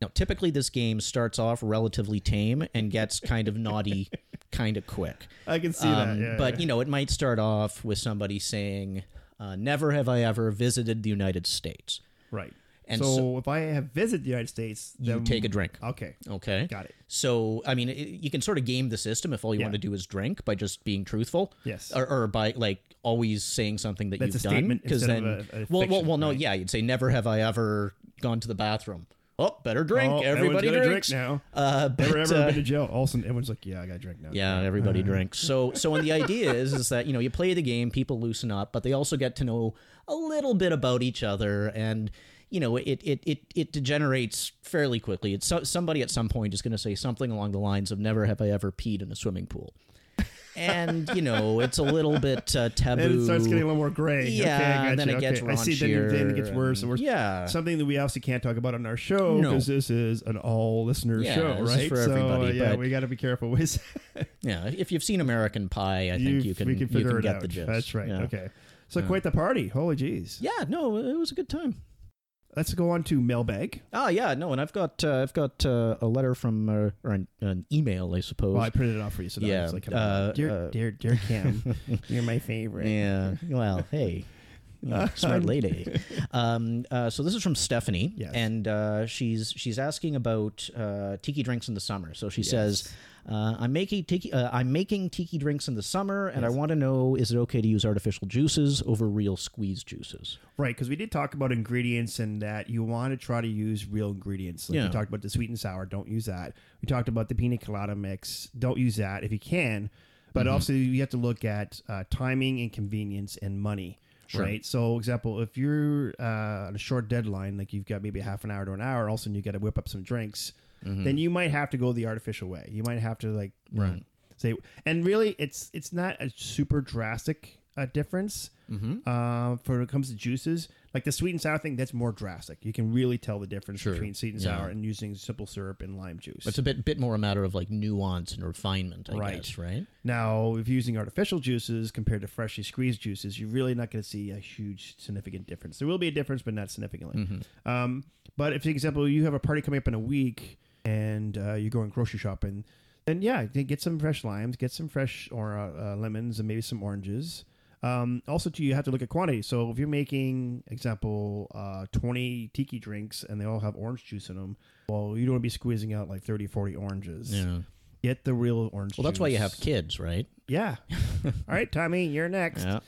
Speaker 3: Now, typically, this game starts off relatively tame and gets kind of naughty, kind of quick.
Speaker 2: I can see
Speaker 3: Um,
Speaker 2: that. Yeah,
Speaker 3: but
Speaker 2: yeah.
Speaker 3: you know, it might start off with somebody saying, uh, "Never have I ever visited the United States."
Speaker 2: right.
Speaker 3: and
Speaker 2: so,
Speaker 3: so-
Speaker 2: if I have visited the United States,
Speaker 3: You
Speaker 2: then
Speaker 3: take a Oh, drink.
Speaker 2: Okay,
Speaker 3: Okay.
Speaker 2: got it.
Speaker 3: So, I mean, it, you can sort of game the system if all you
Speaker 2: Yeah.
Speaker 3: want to do is drink by just being truthful.
Speaker 2: Yes.
Speaker 3: Or, or by like always saying something that
Speaker 2: That's a
Speaker 3: you've done.
Speaker 2: statement instead
Speaker 3: then,
Speaker 2: of a- a
Speaker 3: well, well,
Speaker 2: fiction,
Speaker 3: well, no,
Speaker 2: right?
Speaker 3: yeah, you'd say never have I ever gone to the bathroom. Oh, better drink.
Speaker 2: Oh, everyone's
Speaker 3: Everybody
Speaker 2: gotta
Speaker 3: drinks
Speaker 2: drink now.
Speaker 3: Uh, but,
Speaker 2: Never ever
Speaker 3: uh,
Speaker 2: been to jail. All of a sudden, everyone's like, "Yeah, Uh-huh. I got to drink now."
Speaker 3: yeah, everybody drinks. So, so and the idea is, is that you know you play the game, people loosen up, but they also get to know a little bit about each other, and you know it it it, it degenerates fairly quickly. It's so, somebody at some point is going to say something along the lines of "Never have I ever peed in a swimming pool," and you know it's a little bit uh, taboo.
Speaker 2: Then it starts getting a little more gray.
Speaker 3: Yeah,
Speaker 2: okay, I gotcha,
Speaker 3: and then it gets
Speaker 2: okay. I see. Then, it- then it gets
Speaker 3: raunchier
Speaker 2: worse and worse.
Speaker 3: yeah.
Speaker 2: something that we obviously can't talk about on our show
Speaker 3: No.
Speaker 2: because this is an all listener
Speaker 3: Yeah,
Speaker 2: show,
Speaker 3: this is
Speaker 2: right?
Speaker 3: for
Speaker 2: so
Speaker 3: everybody,
Speaker 2: yeah,
Speaker 3: but-
Speaker 2: we got to be careful with.
Speaker 3: yeah, if you've seen American Pie, I think you can
Speaker 2: we can
Speaker 3: you
Speaker 2: figure
Speaker 3: can
Speaker 2: it
Speaker 3: get
Speaker 2: out.
Speaker 3: the gist.
Speaker 2: That's right.
Speaker 3: Yeah.
Speaker 2: Okay. So quite the party. Holy jeez.
Speaker 3: Yeah, no, it was a good time.
Speaker 2: Let's go on to mailbag.
Speaker 3: Oh yeah, no, and I've got uh, I've got uh, a letter from uh, or an, an email, I suppose.
Speaker 2: Well, I printed it off for you, so now
Speaker 3: Yeah,
Speaker 2: it's like, kind
Speaker 3: uh,
Speaker 2: of, dear,
Speaker 3: uh,
Speaker 2: dear, dear Cam, you're my favorite.
Speaker 3: yeah. Well, hey. you know, Smart lady. Um, uh, so this is from Stephanie,
Speaker 2: Yes.
Speaker 3: and uh, she's she's asking about uh, tiki drinks in the summer. So she says, uh, "I'm making tiki uh, I'm making tiki drinks in the summer, and I want to know is it okay to use artificial juices over real squeeze juices?"
Speaker 2: Right, because we did talk about ingredients and that you want to try to use real ingredients. Like
Speaker 3: Yeah.
Speaker 2: we talked about the sweet and sour, don't use that. We talked about the pina colada mix, don't use that if you can. But
Speaker 3: Mm-hmm.
Speaker 2: also, you have to look at uh, timing and convenience and money, right? So, example, if you're uh, on a short deadline, like you've got maybe half an hour to an hour, all of a sudden you got to whip up some drinks, then you might have to go the artificial way. You might have to like
Speaker 3: Mm-hmm. Right.
Speaker 2: say, and really, it's it's not a super drastic uh, difference
Speaker 3: Mm-hmm.
Speaker 2: uh, for when it comes to juices, like the sweet and sour thing, that's more drastic. You can really tell the difference
Speaker 3: Sure.
Speaker 2: between sweet and
Speaker 3: Yeah.
Speaker 2: sour and using simple syrup and lime juice.
Speaker 3: It's a bit bit more a matter of like nuance and refinement, I
Speaker 2: Right.
Speaker 3: guess. Right.
Speaker 2: now, if you're using artificial juices compared to freshly squeezed juices, you're really not going to see a huge significant difference. There will be a difference, but not significantly.
Speaker 3: Mm-hmm.
Speaker 2: Um, but if, for example, you have a party coming up in a week and uh, you're going grocery shopping, then yeah, g- get some fresh limes, get some fresh or uh, uh, lemons, and maybe some oranges. Um, also, too, you have to look at quantity. So if you're making, example, uh, 20 tiki drinks and they all have orange juice in them, well, you don't want to be squeezing out like 30, 40 oranges.
Speaker 3: Yeah.
Speaker 2: Get the real orange
Speaker 3: Well, that's why you have
Speaker 2: juice.
Speaker 3: kids, right?
Speaker 2: Yeah. All right, Tommy, you're next.
Speaker 3: Yeah.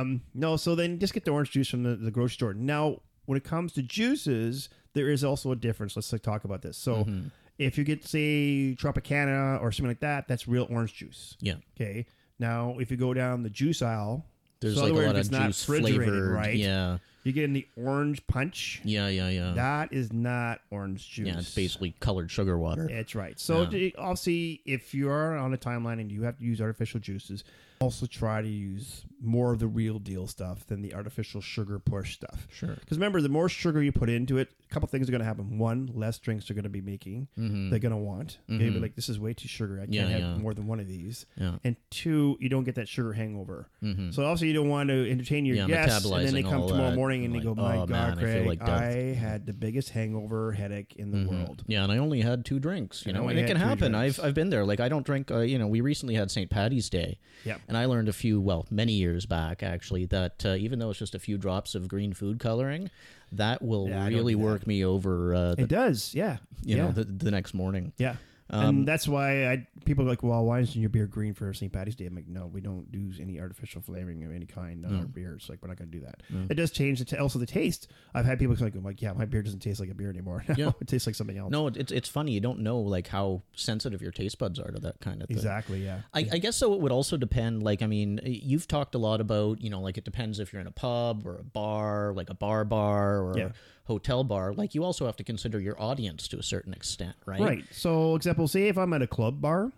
Speaker 2: Um, no, so then just get the orange juice from the, the grocery store. Now, when it comes to juices, there is also a difference. Let's like, talk about this. So,
Speaker 3: Mm-hmm.
Speaker 2: if you get say Tropicana or something like that, that's real orange juice.
Speaker 3: Yeah.
Speaker 2: Okay. Now, if you go down the juice aisle,
Speaker 3: There's
Speaker 2: so
Speaker 3: like a
Speaker 2: other words,
Speaker 3: lot
Speaker 2: it's
Speaker 3: of
Speaker 2: not
Speaker 3: juice
Speaker 2: refrigerated,
Speaker 3: flavored.
Speaker 2: right?
Speaker 3: Yeah.
Speaker 2: you're getting the orange punch.
Speaker 3: Yeah, yeah, yeah.
Speaker 2: That is not orange juice.
Speaker 3: yeah, it's basically colored sugar water.
Speaker 2: That's right. So
Speaker 3: Yeah.
Speaker 2: d- obviously, if you are on a timeline and you have to use artificial juices, also try to use more of the real deal stuff than the artificial sugar push stuff.
Speaker 3: Sure.
Speaker 2: Because remember, the more sugar you put into it, a couple things are going to happen. One, less drinks they're going to be making. They're going to want. Maybe like this is way too sugary. I can't
Speaker 3: Mm-hmm. Yeah,
Speaker 2: have
Speaker 3: yeah.
Speaker 2: more than one of these.
Speaker 3: Yeah. Mm-hmm.
Speaker 2: And two, you don't get that sugar hangover. So also, you don't want to entertain your
Speaker 3: Yeah,
Speaker 2: guests, and then they
Speaker 3: metabolizing
Speaker 2: come
Speaker 3: all
Speaker 2: tomorrow
Speaker 3: that,
Speaker 2: morning and
Speaker 3: like,
Speaker 2: they go, "My
Speaker 3: "Oh,
Speaker 2: God,
Speaker 3: man, I feel
Speaker 2: Craig,
Speaker 3: like death." Mm-hmm.
Speaker 2: I had the biggest hangover headache in the world."
Speaker 3: Yeah, and I only had two drinks, you
Speaker 2: And I
Speaker 3: know,
Speaker 2: only
Speaker 3: and it can
Speaker 2: had two
Speaker 3: happen.
Speaker 2: drinks.
Speaker 3: I've, I've been there. Like, I don't drink, uh, you know, we recently had St. Patty's Day.
Speaker 2: Yep.
Speaker 3: And I learned a few, well, many years back, actually, that uh, even though it's just a few drops of green food coloring, that will
Speaker 2: Yeah, I don't
Speaker 3: really
Speaker 2: do
Speaker 3: work me over, uh, the,
Speaker 2: It does, yeah.
Speaker 3: you
Speaker 2: yeah.
Speaker 3: know, the, um, the next morning.
Speaker 2: yeah. and that's why I people are like, well, why isn't your beer green for St. Patty's Day? I'm like, no, we don't do any artificial flavoring of any kind on our beer. It's like we're not going to do that. It does change the t- also the taste. I've had people like, I'm like, yeah, my beer doesn't taste like a beer anymore.
Speaker 3: Yeah.
Speaker 2: it tastes like something else.
Speaker 3: No, it- it's, it's funny. You don't know, like, how sensitive your taste buds are to that kind of thing.
Speaker 2: exactly. Yeah.
Speaker 3: I, I guess so. It would also depend. Like, I mean, you've talked a lot about, you know, like it depends if you're in a pub or a bar, like a bar bar or
Speaker 2: Yeah.
Speaker 3: a hotel bar. Like, you also have to consider your audience to a certain extent, right?
Speaker 2: Right. So, example, say if I'm at a club bar,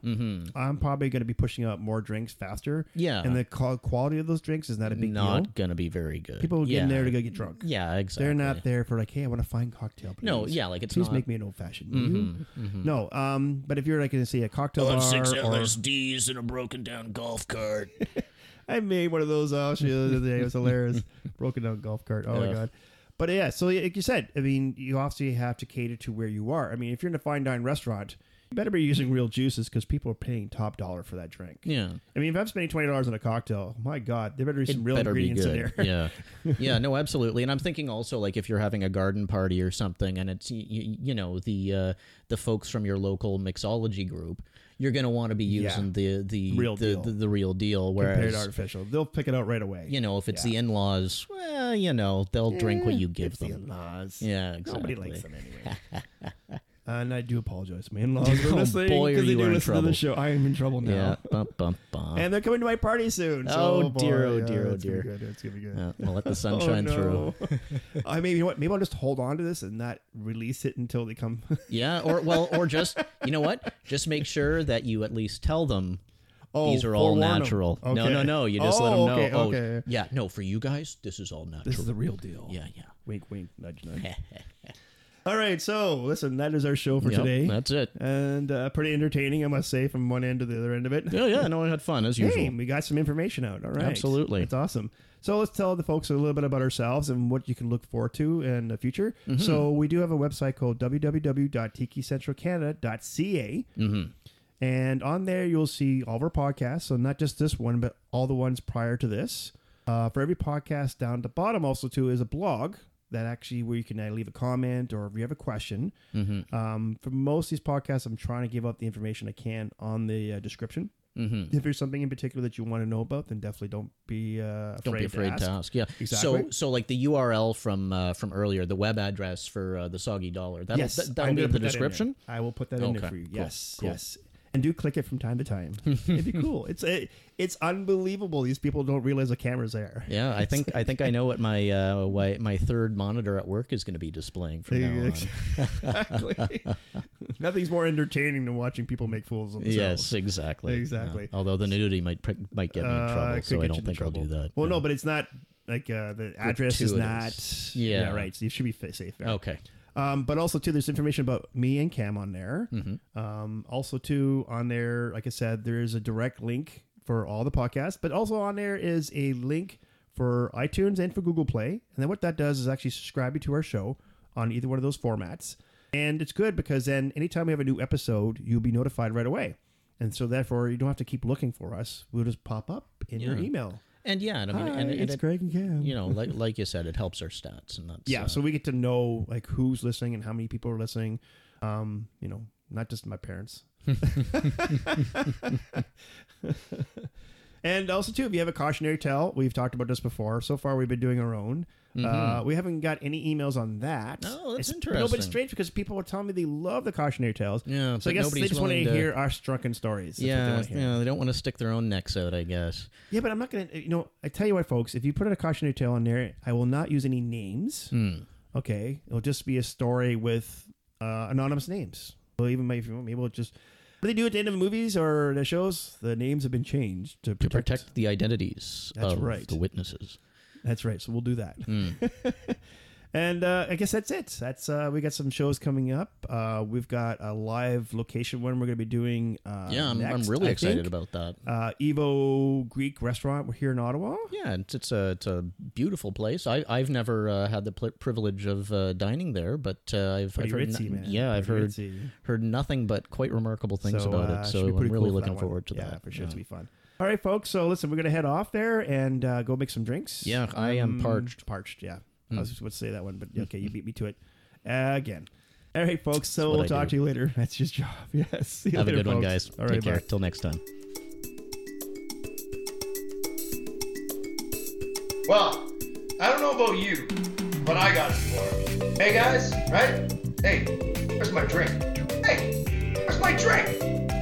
Speaker 2: I'm probably going to be pushing out more drinks faster.
Speaker 3: Mm-hmm. Yeah.
Speaker 2: And the co- quality of those drinks is not a big
Speaker 3: Not
Speaker 2: deal.
Speaker 3: gonna be very good.
Speaker 2: People get
Speaker 3: yeah.
Speaker 2: in there to go get drunk.
Speaker 3: Yeah, exactly.
Speaker 2: They're not there for like, hey, I want a fine cocktail. Please.
Speaker 3: No, yeah, like it's
Speaker 2: please
Speaker 3: not- Mm-hmm,
Speaker 2: make me an old fashioned. will you? No, um, but if you're like going to say a cocktail bar, or
Speaker 3: LSDs in a broken down golf cart.
Speaker 2: uh, I made one of those actually the other day. It was hilarious. Broken down golf cart. Oh my
Speaker 3: Yeah.
Speaker 2: god. But yeah, so like you said, I mean, you obviously have to cater to where you are. I mean, if you're in a fine dine restaurant, you better be using real juices because people are paying top dollar for that drink.
Speaker 3: Yeah.
Speaker 2: I mean, if I'm spending twenty dollars on a cocktail, my God, there better be some real
Speaker 3: better be
Speaker 2: ingredients in
Speaker 3: good.
Speaker 2: there.
Speaker 3: yeah. Yeah, no, absolutely. And I'm thinking also like if you're having a garden party or something and it's you, you know the uh, the folks from your local mixology group, you're going to want to be
Speaker 2: Yeah.
Speaker 3: using the the
Speaker 2: Real
Speaker 3: the,
Speaker 2: deal.
Speaker 3: the, the real deal
Speaker 2: Compared
Speaker 3: whereas
Speaker 2: to artificial, they'll pick it out right away.
Speaker 3: you know if it's the in-laws, well, you know, they'll drink what you give
Speaker 2: Eh, It's the
Speaker 3: them.
Speaker 2: in-laws.
Speaker 3: Yeah,
Speaker 2: Nobody
Speaker 3: exactly.
Speaker 2: likes them anyway. Uh, and I do apologize, my in-laws.
Speaker 3: Oh,
Speaker 2: Oh, listening
Speaker 3: boy, are
Speaker 2: because they
Speaker 3: you
Speaker 2: do listen
Speaker 3: in
Speaker 2: to
Speaker 3: trouble.
Speaker 2: the show. I am in trouble now.
Speaker 3: Yeah. Bum, bum, bum.
Speaker 2: And they're coming to my party soon. so,
Speaker 3: Oh,
Speaker 2: boy,
Speaker 3: dear, oh,
Speaker 2: yeah,
Speaker 3: dear, oh,
Speaker 2: it's gonna be
Speaker 3: dear.
Speaker 2: good, It's gonna be good.
Speaker 3: Yeah, we'll let the sun shine through.
Speaker 2: through. I mean, you know what? Maybe I'll just hold on to this and not release it until they come.
Speaker 3: Yeah, or well, or just you know what? Just make sure that you at least tell them
Speaker 2: oh,
Speaker 3: these are all
Speaker 2: forewarn 'em.
Speaker 3: natural. No,
Speaker 2: Okay.
Speaker 3: no, no. You just
Speaker 2: oh,
Speaker 3: let them know.
Speaker 2: Okay,
Speaker 3: oh,
Speaker 2: okay.
Speaker 3: yeah. No, for you guys, this is all natural.
Speaker 2: This is the real deal.
Speaker 3: yeah, yeah.
Speaker 2: Wink, wink, nudge, nudge. all right. So, listen, that is our show for
Speaker 3: Yep,
Speaker 2: today.
Speaker 3: that's it.
Speaker 2: and uh, pretty entertaining, I must say, from one end to the other end of it.
Speaker 3: Yeah, yeah. No, I had fun as usual.
Speaker 2: Hey, we got some information out. All right.
Speaker 3: Absolutely.
Speaker 2: It's awesome. So let's tell the folks a little bit about ourselves and what you can look forward to in the future.
Speaker 3: Mm-hmm.
Speaker 2: So we do have a website called www.tikicentralcanada.ca. Mm-hmm. And on there, you'll see all of our podcasts. So not just this one, but all the ones prior to this. Uh, for every podcast down the bottom, also too, is a blog that actually where you can uh, leave a comment or if you have a question.
Speaker 3: Mm-hmm.
Speaker 2: Um, for most of these podcasts, I'm trying to give up the information I can on the uh, description.
Speaker 3: Mm-hmm.
Speaker 2: If there's something in particular that you want to know about, then definitely don't be uh, afraid,
Speaker 3: Don't be afraid
Speaker 2: to
Speaker 3: to
Speaker 2: ask.
Speaker 3: ask. Yeah. So,
Speaker 2: Exactly.
Speaker 3: so like the URL from uh, from earlier, the web address for uh, the soggy dollar. That'll,
Speaker 2: Yes,
Speaker 3: that,
Speaker 2: I'm gonna
Speaker 3: that'll be in the
Speaker 2: put that there.
Speaker 3: description.
Speaker 2: I will put that in
Speaker 3: Okay,
Speaker 2: there for you.
Speaker 3: cool,
Speaker 2: Yes,
Speaker 3: cool.
Speaker 2: yes, and do click it from time to time. It'd be cool. It's it, it's unbelievable. These people don't realize the camera's there.
Speaker 3: Yeah, I think I think I know what my uh, why, my third monitor at work is going to be displaying from now on.
Speaker 2: exactly. Nothing's more entertaining than watching people make fools of themselves.
Speaker 3: Yes, exactly. Yeah.
Speaker 2: Exactly.
Speaker 3: Although the nudity might pr- might get me in
Speaker 2: Uh,
Speaker 3: trouble,
Speaker 2: it could
Speaker 3: so I
Speaker 2: get you
Speaker 3: don't
Speaker 2: in
Speaker 3: think I'll do
Speaker 2: trouble.
Speaker 3: that.
Speaker 2: Well, no, but it's not like uh, the address is not.
Speaker 3: Gratuitous. Yeah.
Speaker 2: right. So you should be fa- safe. there.
Speaker 3: Okay.
Speaker 2: Um, but also too, there's information about me and Cam on there.
Speaker 3: Mm-hmm.
Speaker 2: Um, also too, on there, like I said, there is a direct link for all the podcasts, but also on there is a link for iTunes and for Google Play. And then what that does is actually subscribe you to our show on either one of those formats. And it's good because then anytime we have a new episode, you'll be notified right away. And so therefore, you don't have to keep looking for us. We'll just pop up in your
Speaker 3: Yeah.
Speaker 2: email.
Speaker 3: And yeah, and, I mean,
Speaker 2: Hi,
Speaker 3: and, and
Speaker 2: it's
Speaker 3: it,
Speaker 2: Greg and Cam.
Speaker 3: you know, like like you said, it helps our stats, and that's
Speaker 2: yeah
Speaker 3: uh,
Speaker 2: so we get to know like who's listening and how many people are listening um you know not just my parents and also too if you have a cautionary tale we've talked about this before so far we've been doing our own uh, we haven't got any emails on that
Speaker 3: Mm-hmm. Oh, that's
Speaker 2: no but
Speaker 3: interesting.
Speaker 2: it's strange because people are telling me they love the cautionary tales
Speaker 3: Yeah,
Speaker 2: so i guess
Speaker 3: but
Speaker 2: they
Speaker 3: nobody's
Speaker 2: just want to
Speaker 3: willing to-
Speaker 2: hear our drunken stories That's what they
Speaker 3: yeah,
Speaker 2: wanna hear.
Speaker 3: yeah, they don't want to stick their own necks out, I guess.
Speaker 2: Yeah, but I'm not gonna. You know, I tell you what, folks. If you put a cautionary tale on there, I will not use any names.
Speaker 3: Hmm.
Speaker 2: Okay, it'll just be a story with uh, anonymous names. Well, even maybe maybe we'll just. What do they do at the end of movies or the shows? The names have been changed to
Speaker 3: To
Speaker 2: protect.
Speaker 3: protect the identities
Speaker 2: That's
Speaker 3: of
Speaker 2: right.
Speaker 3: the witnesses.
Speaker 2: That's right. So we'll do that.
Speaker 3: Hmm.
Speaker 2: and uh, I guess that's it. That's uh, we got some shows coming up. Uh, we've got a live location one we're going to be doing. Uh,
Speaker 3: Yeah, I'm,
Speaker 2: next,
Speaker 3: I'm really
Speaker 2: I
Speaker 3: excited
Speaker 2: think.
Speaker 3: about that.
Speaker 2: Uh, Evo Greek Restaurant. We're here in Ottawa.
Speaker 3: Yeah, it's, it's a it's a beautiful place. I I've never uh, had the pl- privilege of uh, dining there, but uh, I've, I've
Speaker 2: Pretty
Speaker 3: heard
Speaker 2: ritzy, man.
Speaker 3: yeah I've
Speaker 2: Pretty
Speaker 3: heard
Speaker 2: ritzy.
Speaker 3: heard nothing but quite remarkable things about
Speaker 2: uh,
Speaker 3: it.
Speaker 2: should
Speaker 3: So
Speaker 2: be
Speaker 3: I'm
Speaker 2: pretty
Speaker 3: really
Speaker 2: cool for that
Speaker 3: looking
Speaker 2: one.
Speaker 3: forward to
Speaker 2: yeah,
Speaker 3: that.
Speaker 2: for sure. It's gonna be fun. All right, folks. So listen, we're gonna head off there and uh, go make some drinks.
Speaker 3: Yeah, I am
Speaker 2: Mm,
Speaker 3: parched. Hmm.
Speaker 2: Parched. Yeah, I was just about to say that one, but okay, you beat me to it again. All right, folks. So
Speaker 3: what
Speaker 2: we'll
Speaker 3: I
Speaker 2: talk to
Speaker 3: do.
Speaker 2: you later. That's his job. Yes. See you
Speaker 3: Have a
Speaker 2: later,
Speaker 3: good one,
Speaker 2: folks.
Speaker 3: guys.
Speaker 2: All right,
Speaker 3: Take care.
Speaker 2: bye.
Speaker 3: Till next time.
Speaker 1: Well, I don't know about you, but I got it for him. Hey guys, right? Hey, where's my drink? Hey, where's my drink?